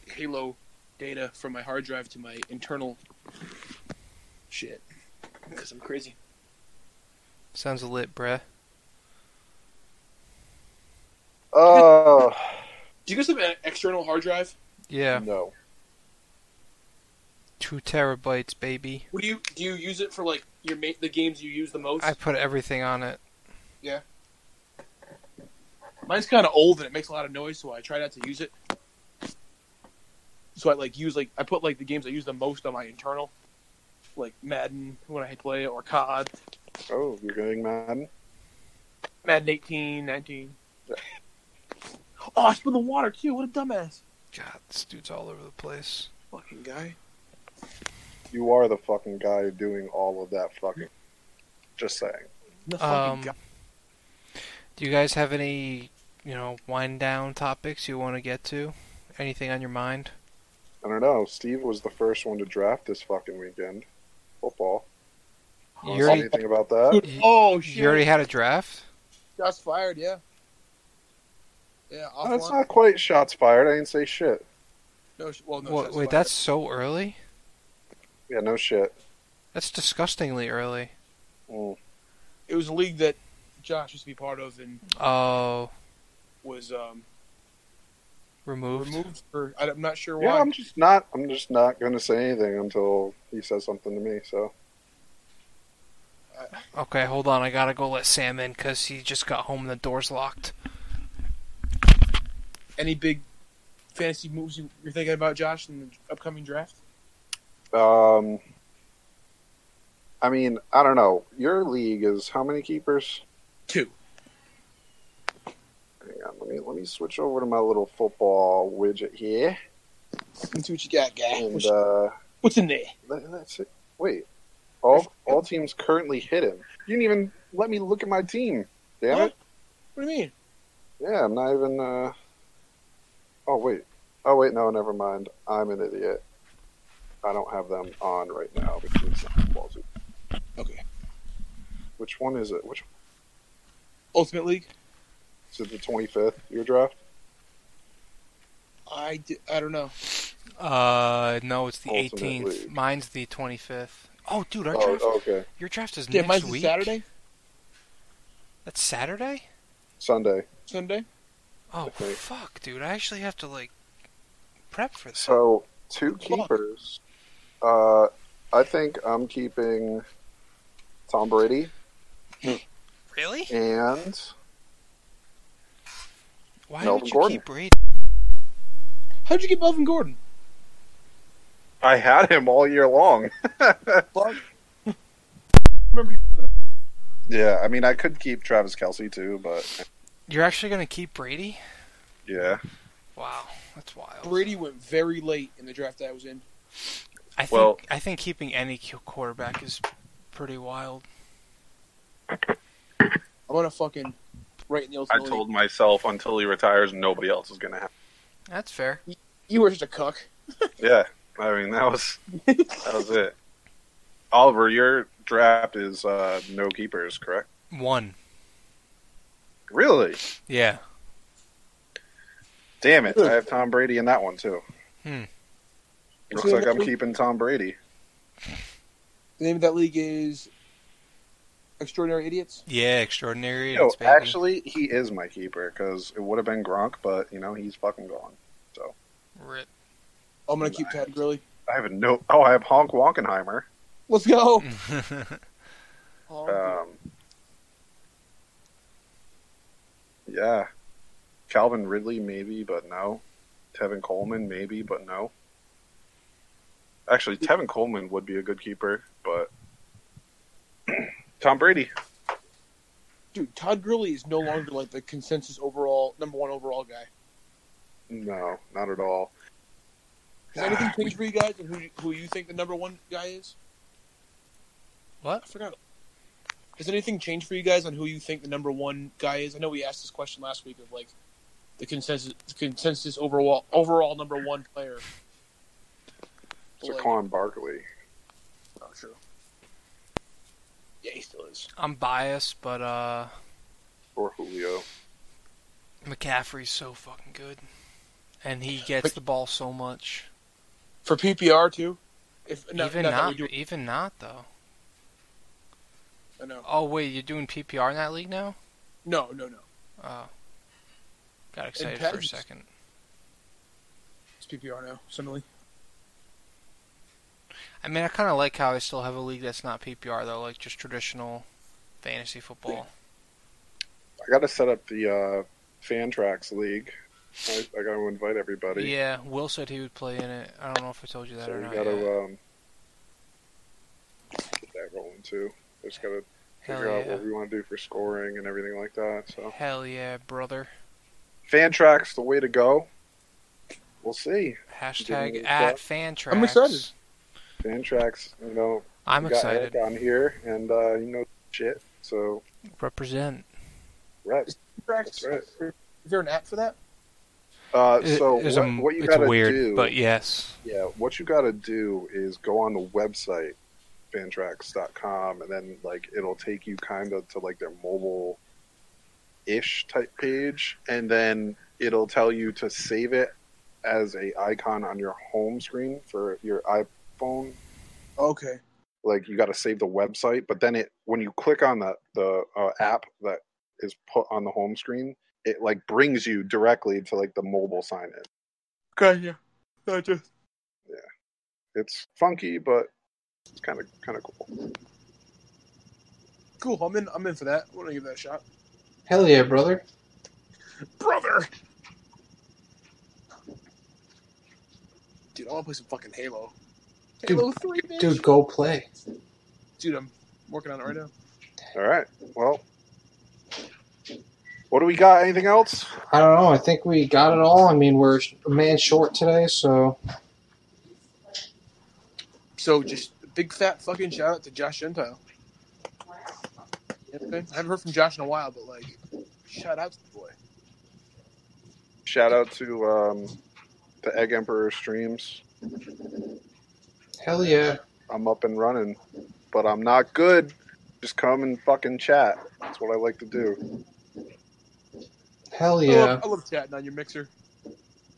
Speaker 2: Halo data from my hard drive to my internal shit because I'm crazy.
Speaker 1: Sounds lit, bruh.
Speaker 3: Oh
Speaker 2: Do you guys have an external hard drive?
Speaker 1: Yeah,
Speaker 3: no,
Speaker 1: two terabytes, baby.
Speaker 2: What do you do? You use it for like your ma- the games you use the most?
Speaker 1: I put everything on it.
Speaker 2: Mine's kind of old and it makes a lot of noise, so I try not to use it. So I like use like I put like the games I use the most on my internal, like Madden when I play or COD,
Speaker 3: oh, you're getting mad.
Speaker 2: Madden 18, 19. Oh, I spilled the water too. What a dumbass!
Speaker 1: God, this dude's all over the place.
Speaker 2: Fucking guy.
Speaker 3: You are the fucking guy doing all of that fucking. Just saying.
Speaker 2: The fucking
Speaker 1: Um,
Speaker 2: guy.
Speaker 1: do you guys have any, you know, wind down topics you want to get to? Anything on your mind?
Speaker 3: I don't know. Steve was the first one to draft this fucking weekend. Football.
Speaker 2: Oh,
Speaker 3: You
Speaker 1: You already,
Speaker 3: anything about that?
Speaker 2: Dude, oh shit!
Speaker 1: you already had a draft.
Speaker 2: Shots fired. Yeah. Yeah. Off
Speaker 3: That's
Speaker 2: one.
Speaker 3: Uh, not quite shots fired. I didn't say shit.
Speaker 2: no, sh- well, no.
Speaker 1: Wha-
Speaker 2: shots
Speaker 1: wait,
Speaker 2: fired.
Speaker 1: that's so early.
Speaker 3: Yeah, no shit.
Speaker 1: That's disgustingly early.
Speaker 3: Mm.
Speaker 2: it was a league that Josh used to be part of and
Speaker 1: Oh,
Speaker 2: was um,
Speaker 1: removed.
Speaker 2: removed for I- I'm not sure why.
Speaker 3: Yeah, I'm just not. I'm just not gonna say anything until he says something to me. So
Speaker 1: Okay, hold on. I gotta go let Sam in because he just got home and the door's locked.
Speaker 2: any big fantasy moves you, you're thinking about, Josh, in the upcoming draft?
Speaker 3: Um, I mean, I don't know. Your league is how many keepers?
Speaker 2: Two.
Speaker 3: Hang on, let me let me switch over to my little football widget here,
Speaker 2: Let's see what you got, guy.
Speaker 3: and
Speaker 2: What's,
Speaker 3: uh,
Speaker 2: what's in there?
Speaker 3: let, us it. Wait, all all teams currently hit him. You didn't even let me look at my team. Damn
Speaker 2: What?
Speaker 3: it!
Speaker 2: What do you mean?
Speaker 3: Yeah, I'm not even. Uh... Oh wait, oh wait, no, never mind. I'm an idiot. I don't have them on right now because the football's-
Speaker 2: Okay.
Speaker 3: Which one is it? Which
Speaker 2: Ultimate League.
Speaker 3: is it? The 25th your draft.
Speaker 2: I, di- I don't know.
Speaker 1: Uh, no, it's the
Speaker 3: Ultimate
Speaker 1: 18th.
Speaker 3: League.
Speaker 1: Mine's the 25th. Oh, dude, our draft.
Speaker 3: Oh, okay.
Speaker 1: Your draft is
Speaker 2: Yeah,
Speaker 1: next
Speaker 2: mine's
Speaker 1: week.
Speaker 2: Saturday,
Speaker 1: That's Saturday.
Speaker 3: Sunday.
Speaker 2: Sunday.
Speaker 1: Oh
Speaker 3: Okay.
Speaker 1: fuck, dude! I actually have to like prepped for this.
Speaker 3: So two keepers. Uh, I think I'm keeping Tom Brady
Speaker 1: Really?
Speaker 3: and
Speaker 1: Why
Speaker 3: Melvin
Speaker 1: would you
Speaker 3: Gordon.
Speaker 1: keep Brady?
Speaker 2: How'd you get Melvin Gordon?
Speaker 3: I had him all year long.
Speaker 2: Remember you
Speaker 3: yeah, I mean I could keep Travis Kelsey too, but
Speaker 1: You're actually going to keep Brady?
Speaker 3: yeah.
Speaker 1: Wow, that's wild.
Speaker 2: Brady went very late in the draft I was in.
Speaker 1: I think
Speaker 3: Well-
Speaker 1: I think keeping any Q quarterback is pretty wild.
Speaker 2: I'm gonna fucking write in the
Speaker 3: I
Speaker 2: ultimate. League.
Speaker 3: told myself until he retires, nobody else is gonna have.
Speaker 1: That's fair.
Speaker 2: you were just a cuck.
Speaker 3: Yeah, I mean that was that was it. Oliver, your draft is uh, no keepers, correct?
Speaker 1: One.
Speaker 3: Really?
Speaker 1: Yeah.
Speaker 3: Damn it! I have Tom Brady in that one too.
Speaker 1: Hmm.
Speaker 3: Looks like I'm keeping Tom Brady.
Speaker 2: The name of that league is Extraordinary Idiots.
Speaker 1: Yeah, extraordinary.
Speaker 3: No,
Speaker 1: It's bad.
Speaker 3: actually, he is my keeper because it would have been Gronk, but you know he's fucking gone.
Speaker 1: Rip.
Speaker 2: I'm gonna keep Todd Gurley.
Speaker 3: I have a no. Oh, I have Honk Walkenheimer.
Speaker 2: Let's go.
Speaker 3: Um, yeah, Calvin Ridley maybe, but no. Tevin Coleman maybe, but no. Actually, Tevin Coleman would be a good keeper, but Tom Brady.
Speaker 2: Dude, Todd Gurley is no longer like the consensus overall number one overall guy.
Speaker 3: No, not at all.
Speaker 2: Has anything changed for you guys and who who you think the number one guy is? I
Speaker 1: what?
Speaker 2: forgot. Has anything changed for you guys on who you think the number one guy is? I know we asked this question last week of like the consensus consensus overall overall number one player. But, like,
Speaker 3: Saquon Barkley.
Speaker 2: not sure. Yeah, he still is.
Speaker 1: I'm biased, but uh,
Speaker 3: Or Julio.
Speaker 1: McCaffrey's so fucking good, and he gets the ball so much.
Speaker 2: For PPR too. If not,
Speaker 1: even
Speaker 2: not that
Speaker 1: not,
Speaker 2: we do,
Speaker 1: even not though.
Speaker 2: I know.
Speaker 1: Oh wait, you're doing PPR in that league now?
Speaker 2: No, no, no.
Speaker 1: Oh, got excited for a
Speaker 2: patents.
Speaker 1: second.
Speaker 2: It's PPR now. Suddenly,
Speaker 1: I mean, I kind of like how I still have a league that's not PPR though, like just traditional fantasy football.
Speaker 3: I got to set up the uh, Fantrax League. I, I got to invite everybody.
Speaker 1: Yeah, Will said he would play in it. I don't know if I told you that
Speaker 3: So
Speaker 1: or
Speaker 3: we
Speaker 1: not.
Speaker 3: got
Speaker 1: yet.
Speaker 3: to um, get that rolling too. Just got to
Speaker 1: Hell
Speaker 3: figure out
Speaker 1: yeah.
Speaker 3: what we want to do for scoring and everything like that. So
Speaker 1: Hell yeah, brother.
Speaker 3: Fantrax the way to go. We'll see.
Speaker 1: Hashtag
Speaker 3: Didn't
Speaker 1: at
Speaker 3: that-
Speaker 1: Fantrax.
Speaker 2: I'm excited.
Speaker 3: Fantrax, you know,
Speaker 1: I'm
Speaker 3: we got
Speaker 1: excited.
Speaker 3: Eric on here, and uh, you know shit. So
Speaker 1: Represent.
Speaker 3: right,
Speaker 2: that's
Speaker 3: that's right.
Speaker 2: Is there an app for that?
Speaker 3: Uh,
Speaker 1: It-
Speaker 3: so
Speaker 1: it's
Speaker 3: what,
Speaker 1: a-
Speaker 3: what you
Speaker 1: it's
Speaker 3: got to
Speaker 1: weird,
Speaker 3: do?
Speaker 1: but yes.
Speaker 3: Yeah, what you got to do is go on the website fantrax.com and then like it'll take you kind of to like their mobile ish type page and then it'll tell you to save it as a icon on your home screen for your iPhone
Speaker 2: Okay.
Speaker 3: like you got to save the website but then it when you click on the the uh, app that is put on the home screen it like brings you directly to like the mobile sign in
Speaker 2: Gotcha. Gotcha.
Speaker 3: it's funky but it's kind of kind of cool
Speaker 2: Cool. I'm in. I'm in for that. I'm gonna give that a shot,
Speaker 5: Hell yeah, brother.
Speaker 2: brother. Dude, I want to play some fucking Halo.
Speaker 5: Dude,
Speaker 2: Halo Three, bitch.
Speaker 5: Dude, go play.
Speaker 2: Dude, I'm working on it right now.
Speaker 3: All right. Well, what do we got? Anything else?
Speaker 5: I don't know. I think we got it all. I mean, we're a man short today, so
Speaker 2: So just a big fat fucking shout out to Josh Gentile. Okay. I haven't heard from Josh in a while, but like, shout out to the boy.
Speaker 3: Shout out to um, the Egg Emperor streams.
Speaker 5: hell yeah.
Speaker 3: I'm up and running, but I'm not good. Just come and fucking chat. That's what I like to do.
Speaker 5: Hell
Speaker 2: I,
Speaker 5: yeah.
Speaker 2: love, I love chatting on your mixer.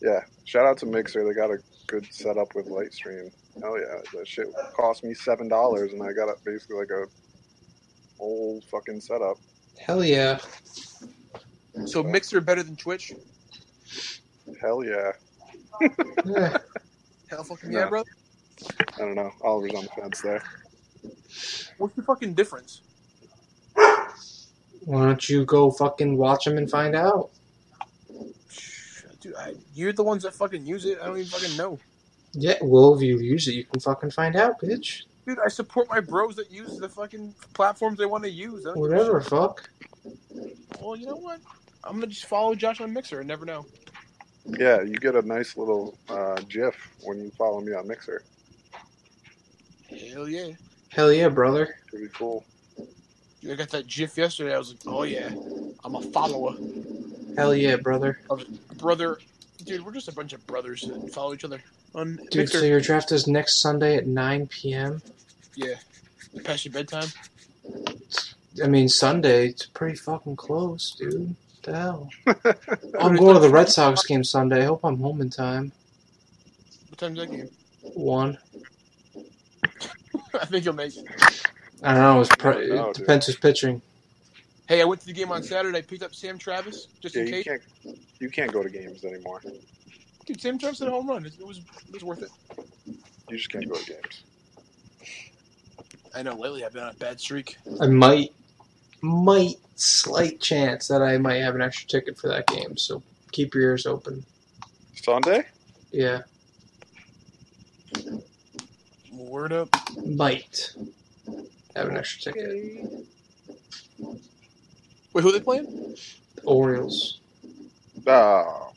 Speaker 3: Yeah. Shout out to Mixer. They got a good setup with Lightstream. Hell yeah. That shit cost me seven dollars, and I got it basically like a old fucking setup.
Speaker 5: Hell yeah.
Speaker 2: So mixer better than Twitch.
Speaker 3: Hell yeah.
Speaker 1: Yeah.
Speaker 2: Hell fucking
Speaker 3: No.
Speaker 2: yeah, bro.
Speaker 3: I don't know. Oliver's on the fence there.
Speaker 2: What's the fucking difference?
Speaker 1: Why don't you go fucking watch them and find out?
Speaker 2: Dude, I, you're the ones that fucking use it. I don't even fucking know.
Speaker 1: Yeah, well, if you use it, you can fucking find out, bitch.
Speaker 2: Dude, I support my bros that use the fucking platforms they want to use. I don't give a
Speaker 1: Whatever, fuck.
Speaker 2: shit. Well, you know what? I'm gonna just follow Josh on Mixer and never know.
Speaker 3: Yeah, you get a nice little uh, GIF when you follow me on Mixer.
Speaker 2: Hell yeah.
Speaker 1: Hell yeah, brother.
Speaker 3: Pretty cool.
Speaker 2: Dude, I got that GIF yesterday. I was like, oh yeah, I'm a follower,
Speaker 1: Hell yeah, brother.
Speaker 2: brother. Dude, we're just a bunch of brothers that follow each other on
Speaker 1: Dude,
Speaker 2: Mixer.
Speaker 1: so your draft is next Sunday at 9 p.m.?
Speaker 2: Yeah, past your bedtime.
Speaker 1: I mean, Sunday, it's pretty fucking close, dude. What the hell? I'm going to the Red Sox game Sunday. I hope I'm home in time.
Speaker 2: What time's that game?
Speaker 1: One.
Speaker 2: I think you'll make it.
Speaker 1: I don't know. It's pre-
Speaker 3: No,
Speaker 1: it
Speaker 3: dude.
Speaker 1: depends who's pitching.
Speaker 2: Hey, I went to the game on Saturday. Picked up Sam Travis just
Speaker 3: Yeah,
Speaker 2: in
Speaker 3: you
Speaker 2: case.
Speaker 3: can't you can't go to games anymore.
Speaker 2: Dude, Sam Travis had a home run. It, it was it was worth it.
Speaker 3: You just can't go to games.
Speaker 2: I know. Lately, I've been on a bad streak.
Speaker 1: I might, might slight chance that I might have an extra ticket for that game. So keep your ears open.
Speaker 3: Sunday?
Speaker 1: Yeah,
Speaker 2: Word up.
Speaker 1: might have an extra ticket.
Speaker 2: Wait, who are they playing?
Speaker 1: The Orioles.
Speaker 3: Oh,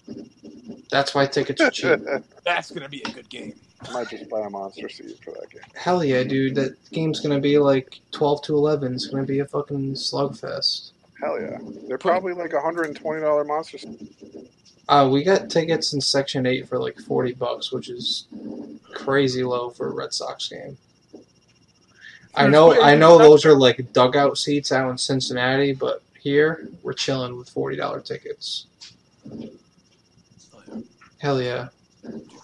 Speaker 1: That's why tickets are cheap.
Speaker 3: I
Speaker 2: That's gonna be a good game.
Speaker 3: might just buy a monster seat for that game.
Speaker 1: Hell yeah, dude. That game's gonna be like twelve to eleven. It's gonna be a fucking slugfest.
Speaker 3: Hell yeah, they're probably like a hundred and twenty dollar monster. seats.
Speaker 1: Uh, we got tickets in section eight for like forty bucks, which is crazy low for a Red Sox game. I know, I know, those are like dugout seats out in Cincinnati, but here we're chilling with forty dollar tickets. Hell yeah!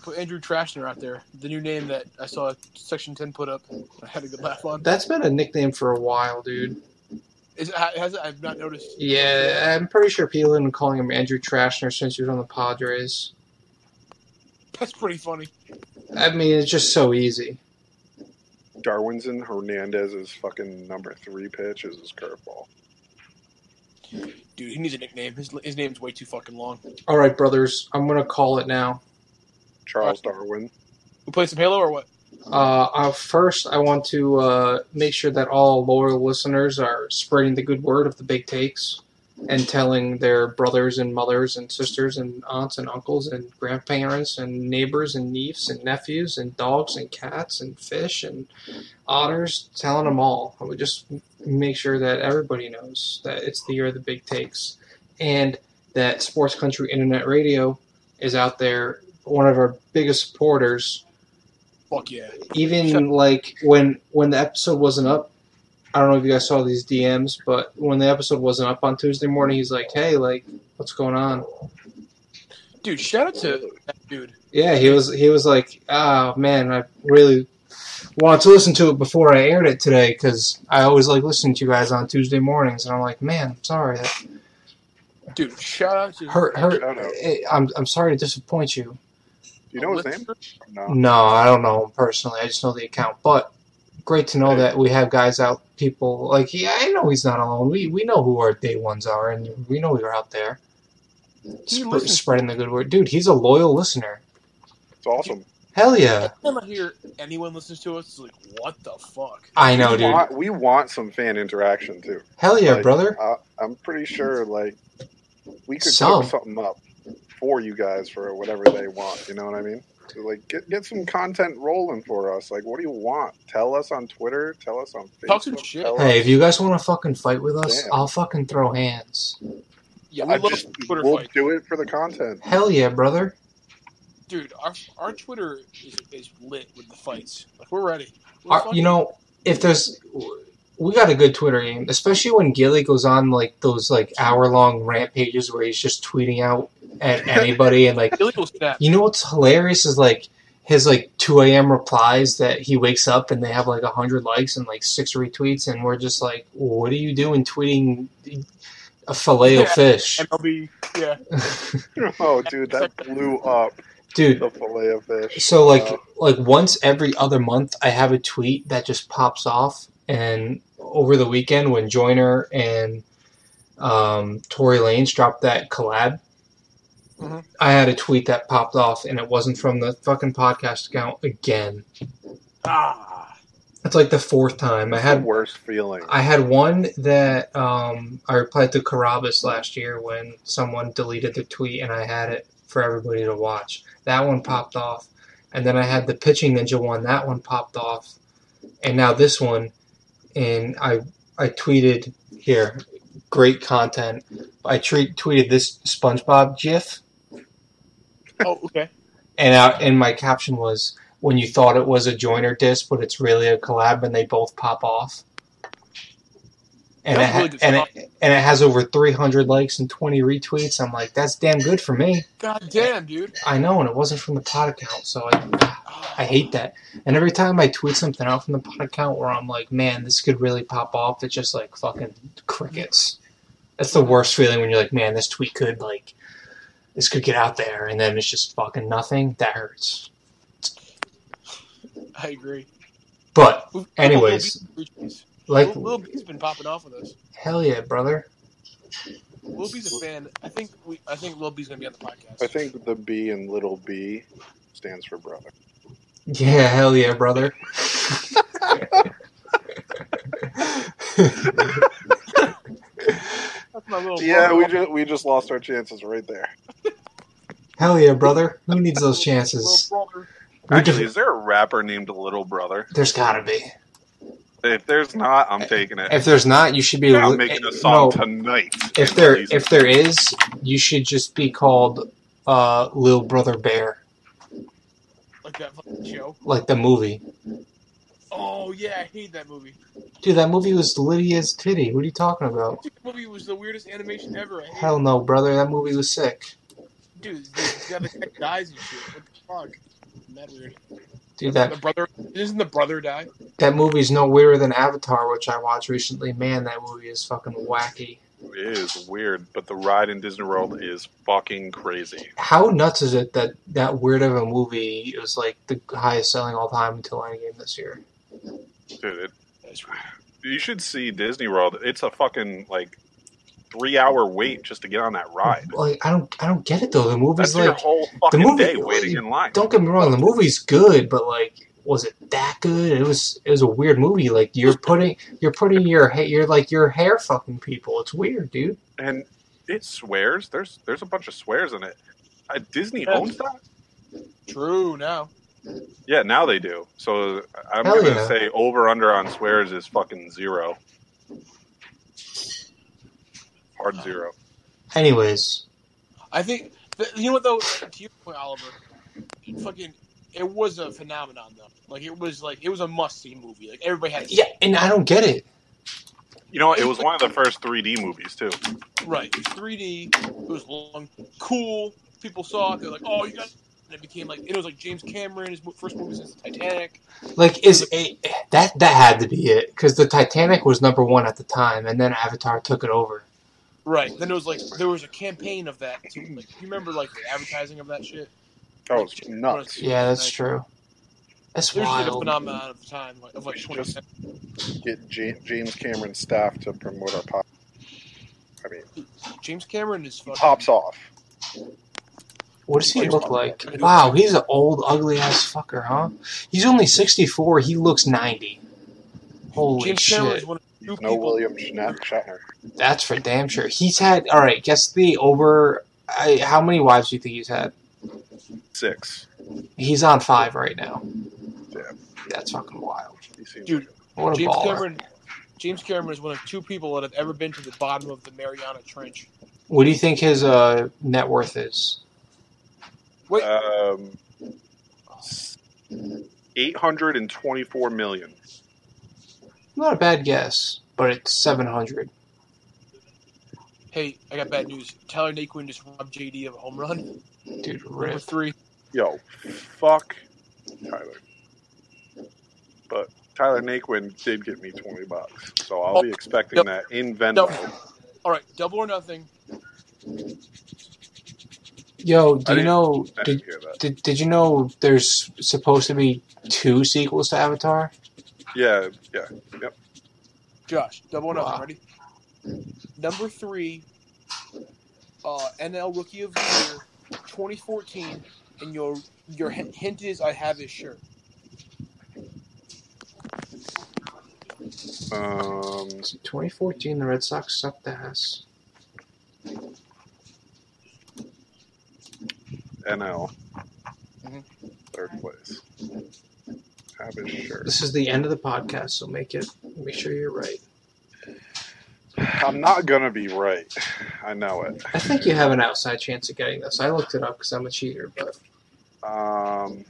Speaker 2: Put Andrew Trashner out there, the new name that I saw Section Ten put up. I had a good laugh on.
Speaker 1: That's been a nickname for a while, dude.
Speaker 2: Is it, has it, I've not noticed.
Speaker 1: Yeah, I'm pretty sure people have been calling him Andrew Trashner since he was on the Padres.
Speaker 2: That's pretty funny.
Speaker 1: I mean, it's just so easy.
Speaker 3: Darwin's and Hernandez's fucking number three pitch is his curveball.
Speaker 2: Dude, he needs a nickname. His, his name's way too fucking long.
Speaker 1: All right, brothers, I'm gonna call it now.
Speaker 3: Charles Darwin.
Speaker 2: We play some Halo or what?
Speaker 1: Uh, uh, first, I want to uh, make sure that all loyal listeners are spreading the good word of the big takes and telling their brothers and mothers and sisters and aunts and uncles and grandparents and neighbors and nieces and nephews and dogs and cats and fish and otters, telling them all. We just make sure that everybody knows that it's the year of the big takes and that Sports Country Internet Radio is out there, one of our biggest supporters
Speaker 2: Fuck yeah.
Speaker 1: even
Speaker 2: Sure.
Speaker 1: like when when the episode wasn't up i don't know if you guys saw these dms but when the episode wasn't up on tuesday morning he's like hey like what's going on
Speaker 2: Dude, shout out to that dude.
Speaker 1: yeah he was he was like oh man i really wanted to listen to it before i aired it today because i always like listening to you guys on tuesday mornings and i'm like man sorry that
Speaker 2: Dude, shout out to
Speaker 1: hurt hurt
Speaker 3: Shout out.
Speaker 1: eh, I'm, I'm sorry to disappoint you
Speaker 3: Do you know his name? No.
Speaker 1: No, I don't know him personally. I just know the account. But great to know that we have guys out, people like yeah, I know he's not alone. We we know who our day ones are, and we know you're out there
Speaker 2: He
Speaker 1: sp-
Speaker 2: listens.
Speaker 1: spreading the good word, dude. He's a loyal listener.
Speaker 3: It's awesome.
Speaker 1: Hell yeah,
Speaker 2: Every time I hear anyone listens to us, it's like, what the fuck?
Speaker 1: I know,
Speaker 3: We
Speaker 1: dude.
Speaker 3: want, we want some fan interaction too.
Speaker 1: Hell yeah,
Speaker 3: Like,
Speaker 1: brother.
Speaker 3: I, I'm pretty sure like we could
Speaker 1: Some.
Speaker 3: cook something up for you guys for whatever they want. You know what I mean? So, like get get some content rolling for us. Like what do you want? Tell us on Twitter. Tell us on Facebook.
Speaker 2: Talk some shit.
Speaker 3: tell
Speaker 1: Hey,
Speaker 3: us-
Speaker 1: if you guys want to fucking fight with us,
Speaker 3: Damn.
Speaker 1: I'll fucking throw hands.
Speaker 2: Yeah, we
Speaker 3: I
Speaker 2: love
Speaker 3: just,
Speaker 2: Twitter
Speaker 3: we'll
Speaker 2: fight.
Speaker 3: do it for the content.
Speaker 1: Hell yeah, brother.
Speaker 2: Dude, our, our Twitter is, is lit with the fights. Like, we're ready. We're
Speaker 1: Our-
Speaker 2: fucking-
Speaker 1: you know, if there's, we got a good Twitter game, especially when Gilly goes on like those like hour long rant pages where he's just tweeting out at anybody and like,
Speaker 2: illegal snap.
Speaker 1: you know what's hilarious is like his like two a.m. replies that he wakes up and they have like hundred likes and like six retweets and we're just like, what are you doing tweeting a filet
Speaker 2: Yeah.
Speaker 1: of fish?
Speaker 2: MLB. Yeah.
Speaker 3: Oh, dude, that blew up.
Speaker 1: dude.
Speaker 3: The fillet of fish.
Speaker 1: So like
Speaker 3: Uh,
Speaker 1: like once every other month, I have a tweet that just pops off. And over the weekend, when Joyner and um, Tory Lanez dropped that collab,
Speaker 3: Mhm.
Speaker 1: I had a tweet that popped off, and it wasn't from the fucking podcast account again.
Speaker 3: ah,
Speaker 1: It's like the fourth time. I
Speaker 3: the
Speaker 1: had
Speaker 3: worst feeling.
Speaker 1: I had one that um, I replied to Carabas last year when someone deleted the tweet and I had it for everybody to watch. That one popped off. And then I had the Pitching Ninja one. That one popped off. And now this one. And I, I tweeted here, great content. I tweet, tweeted this SpongeBob GIF.
Speaker 2: Oh, okay.
Speaker 1: And, I, and my caption was, when you thought it was a joiner disc, but it's really a collab and they both pop off. And it,
Speaker 2: That's
Speaker 1: ha-
Speaker 2: really good
Speaker 1: and, it, and it has over 300 likes and 20 retweets. I'm like, that's damn good for me.
Speaker 2: God damn, dude. Ah,
Speaker 1: I know, and it wasn't from the pod account, so I, I hate that. And every time I tweet something out from the pod account where I'm like, man, this could really pop off, it's just like fucking crickets. That's the worst feeling when you're like, man, this tweet could, like, this could get out there, and then it's just fucking nothing. That hurts.
Speaker 2: I agree.
Speaker 1: But anyways, like
Speaker 2: Lil, Lil B's been popping off with us.
Speaker 1: hell yeah, brother.
Speaker 2: Lil B's a fan. I think we. I think Lil B's gonna be on the podcast.
Speaker 3: I think the B in little B stands for brother.
Speaker 1: Yeah, hell yeah, brother.
Speaker 2: That's my little
Speaker 3: Yeah,
Speaker 2: brother.
Speaker 3: we just we just lost our chances right there.
Speaker 1: hell yeah, brother. Who needs those chances?
Speaker 2: Little brother.
Speaker 1: We def-
Speaker 3: Actually, is there a rapper named Little Brother?
Speaker 1: there's gotta be.
Speaker 3: If there's not, I'm taking it.
Speaker 1: If there's not, you should be. eh,
Speaker 3: I'm making a song tonight.
Speaker 1: if there if there is, you should just be called uh, Lil Brother Bear,
Speaker 2: Like that fucking show.
Speaker 1: like the movie.
Speaker 2: Oh yeah, I hate that movie.
Speaker 1: Dude, that movie was Lydia's titty. What are you talking about?
Speaker 2: That movie was the weirdest animation ever. I hate
Speaker 1: Hell no, brother. That movie was sick.
Speaker 2: it. Dude, dude, he's got the guy dies and shit. What the fuck? Isn't that weird?
Speaker 1: Dude,
Speaker 2: The
Speaker 1: that
Speaker 2: brother isn't the brother die?
Speaker 1: that movie's no weirder than Avatar, which I watched recently. Man, that movie is fucking wacky.
Speaker 3: it is weird, but the ride in Disney World is fucking crazy.
Speaker 1: how nuts is it that that weird of a movie was like the highest selling all time until Endgame this year?
Speaker 3: Dude, it, you should see Disney World. It's a fucking like three hour wait just to get on that ride.
Speaker 1: Like I don't I don't get it though. The movie's
Speaker 3: That's your
Speaker 1: like
Speaker 3: whole fucking
Speaker 1: movie-
Speaker 3: day waiting in line.
Speaker 1: don't get me wrong, the movie's good, but like was it that good? It was it was a weird movie. Like you're putting you're putting your ha- you're like your hair fucking people. It's weird, dude.
Speaker 3: And it swears. There's there's a bunch of swears in it. Uh, Disney
Speaker 2: Yes.
Speaker 3: owns that.
Speaker 2: True now.
Speaker 3: Yeah, now they do. So I'm
Speaker 1: Hell
Speaker 3: gonna
Speaker 1: yeah.
Speaker 3: say over under on swears is fucking zero. Hard zero.
Speaker 1: Anyways,
Speaker 2: I think th- you know what though. To your point, Oliver, it fucking it was a phenomenon though. Like it was like it was a must see movie. Like everybody had to see
Speaker 1: yeah, and I don't get it.
Speaker 3: You know, what? it was one of the first 3D movies too.
Speaker 2: it. Right. It was 3D. It was long, cool. People saw it. They're like, oh, you got. And it became like it was like James Cameron his mo- first movie since the Titanic.
Speaker 1: Like is it, that that had to be it because the Titanic was number one at the time, and then Avatar took it over.
Speaker 2: Right. Then it was like there was a campaign of that. Too. Like you remember like the advertising of that shit.
Speaker 3: That was nuts.
Speaker 1: Yeah, that's true. That's
Speaker 2: There's like a
Speaker 1: wild.
Speaker 2: phenomenon of the time like, of like
Speaker 3: We should
Speaker 2: 20
Speaker 3: just- Get Ja- James Cameron staff to promote our pop. I mean,
Speaker 2: James Cameron is fucking
Speaker 3: pops off.
Speaker 1: What does he
Speaker 2: Like,
Speaker 1: look like?
Speaker 2: like-
Speaker 1: Wow, he's an old, ugly ass fucker, huh? He's only 64. He looks 90. Holy
Speaker 2: James Cameron
Speaker 1: shit.
Speaker 2: is one of the few
Speaker 3: No
Speaker 2: people
Speaker 3: William Schna- Shatner.
Speaker 1: That's for damn sure. He's had, all right, guess the over. I, how many wives do you think he's had?
Speaker 3: Six.
Speaker 1: He's on five right now.
Speaker 3: Yeah.
Speaker 1: That's fucking wild.
Speaker 3: He seems
Speaker 2: Dude.
Speaker 3: like
Speaker 1: What a
Speaker 2: James
Speaker 1: baller.
Speaker 2: Cameron. James Cameron is one of two people that have ever been to the bottom of the Mariana Trench.
Speaker 1: What do you think his uh, net worth is?
Speaker 2: Wait,
Speaker 3: a- um, eight hundred and twenty-four million.
Speaker 1: Not a bad guess, but it's 700.
Speaker 2: hey, I got bad news. Tyler Naquin just robbed JD of a home run.
Speaker 1: Dude,
Speaker 2: Number
Speaker 1: rip.
Speaker 2: three.
Speaker 3: Yo, fuck Tyler. But Tyler Naquin did get me twenty bucks, so I'll be expecting
Speaker 2: Nope.
Speaker 3: that in Venmo.
Speaker 2: Nope. All right, double or nothing.
Speaker 1: Yo, do
Speaker 4: I
Speaker 1: you
Speaker 4: didn't-
Speaker 1: know?
Speaker 4: I
Speaker 1: Did,
Speaker 4: didn't hear that.
Speaker 1: did did you know there's supposed to be two sequels to Avatar?
Speaker 4: Yeah, yeah.
Speaker 2: Josh, double or nothing.
Speaker 1: Wow.
Speaker 2: Ready? Number three, uh, NL Rookie of the Year, 2014, and your your hint hint is I have his shirt.
Speaker 4: Um,
Speaker 1: Is it 2014? The Red Sox sucked ass.
Speaker 4: NL.
Speaker 2: Mhm.
Speaker 4: Third place. Have his shirt.
Speaker 1: This is the end of the podcast, so make it. Make sure you're right.
Speaker 4: I'm not gonna be right. I know it.
Speaker 1: I think you have an outside chance of getting this. I looked it up because I'm a cheater, but
Speaker 4: Um,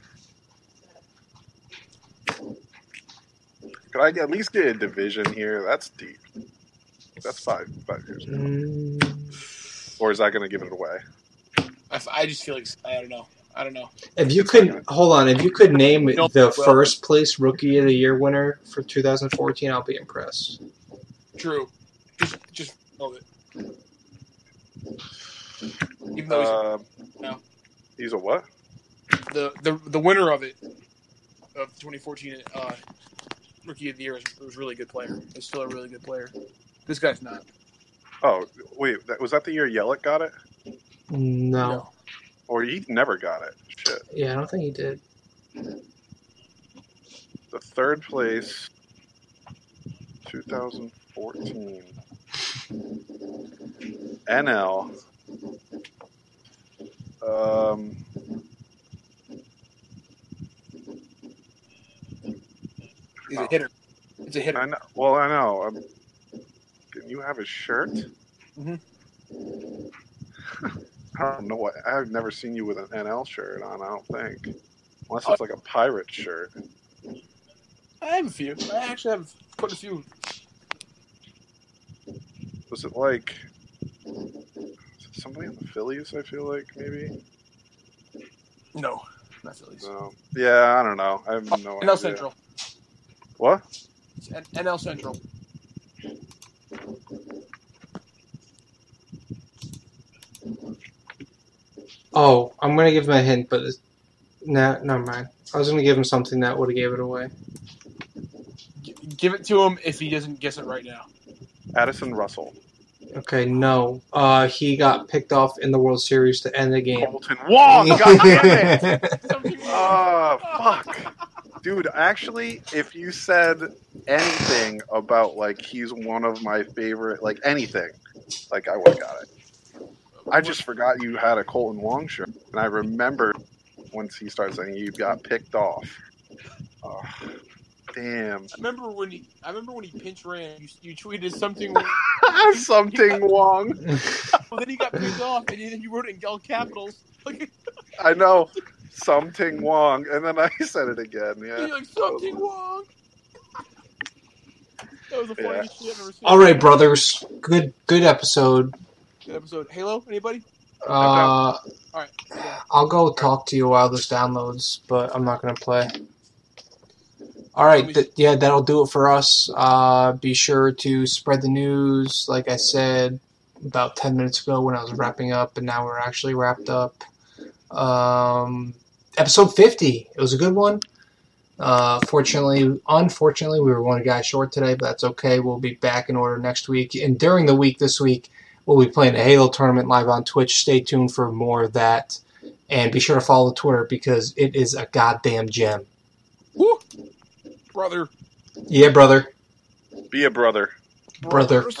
Speaker 4: could I at least get a division here? That's deep. That's five five years.
Speaker 1: mm,
Speaker 4: Or is that gonna give it away?
Speaker 2: I, f- I just feel like I don't know. I don't know.
Speaker 1: if you could hold on, if you could name
Speaker 2: No,
Speaker 1: the
Speaker 2: well-
Speaker 1: first place Rookie of the Year winner for 2014, I'll be impressed.
Speaker 2: Drew, just just know it. Even though he's
Speaker 4: Uh,
Speaker 2: No.
Speaker 4: He's a what?
Speaker 2: the, the the winner of it of 2014 uh, Rookie of the Year is, was a really good player. He's still a really good player. This guy's not.
Speaker 4: Oh wait, that, was that the year Yelich got it?
Speaker 1: No,
Speaker 4: Or he never got it? Shit.
Speaker 1: yeah, I don't think he did.
Speaker 4: The third place, 2014. NL. Um,
Speaker 2: He's a hitter. It's a hitter.
Speaker 4: I know. Well, I know. Um, can you have a shirt?
Speaker 2: Mhm.
Speaker 4: I don't know what. I've never seen you with an NL shirt on. I don't think, unless it's like a pirate shirt.
Speaker 2: I have a few. I actually have quite a few.
Speaker 4: Was it like was it somebody in the Phillies? I feel like maybe.
Speaker 2: No, not Phillies.
Speaker 4: No. Yeah, I don't know. I have no idea.
Speaker 2: NL Central.
Speaker 4: What?
Speaker 2: It's N- NL Central.
Speaker 1: Oh, I'm gonna give him a hint, but it's, nah, never mind. I was gonna give him something that would have gave it away.
Speaker 2: G- give it to him if he doesn't guess it right now.
Speaker 4: Addison Russell.
Speaker 1: Okay, no, uh, he got picked off in the World Series to end the game.
Speaker 4: Colton Wong. Oh, God damn it!
Speaker 2: Uh,
Speaker 4: Oh, fuck. Dude, actually, if you said anything about, like, he's one of my favorite, like, anything, like, I would have got it. I just forgot you had a Colton Wong shirt. And I remember once he started saying you got picked off. Oh, damn.
Speaker 2: I remember when he. I remember when he pinch ran. You, you tweeted something.
Speaker 4: Something Wong.
Speaker 2: Well, then he got picked off, and then you wrote it in all capitals. Like,
Speaker 4: I know. Something Wong. And then I said it again.
Speaker 2: you're
Speaker 4: Yeah.
Speaker 2: like something wrong. That was the funniest shit I've ever seen.
Speaker 1: All right, brothers, good good episode.
Speaker 2: Good episode. Halo. Anybody?
Speaker 1: Uh,
Speaker 2: All right. Yeah.
Speaker 1: I'll go talk to you while this downloads, but I'm not going to play. All right, th- yeah, that'll do it for us. Uh, be sure to spread the news. Like I said about 10 minutes ago when I was wrapping up, and now we're actually wrapped up. Um, episode 50. It was a good one. Uh, fortunately, unfortunately, we were one guy short today, but that's okay. We'll be back in order next week. And during the week this week, we'll be playing a Halo tournament live on Twitch. Stay tuned for more of that. And be sure to follow Twitter because it is a goddamn gem.
Speaker 2: Woo. Brother.
Speaker 1: Yeah, brother.
Speaker 4: Be a brother.
Speaker 1: Brother.
Speaker 2: Brothers.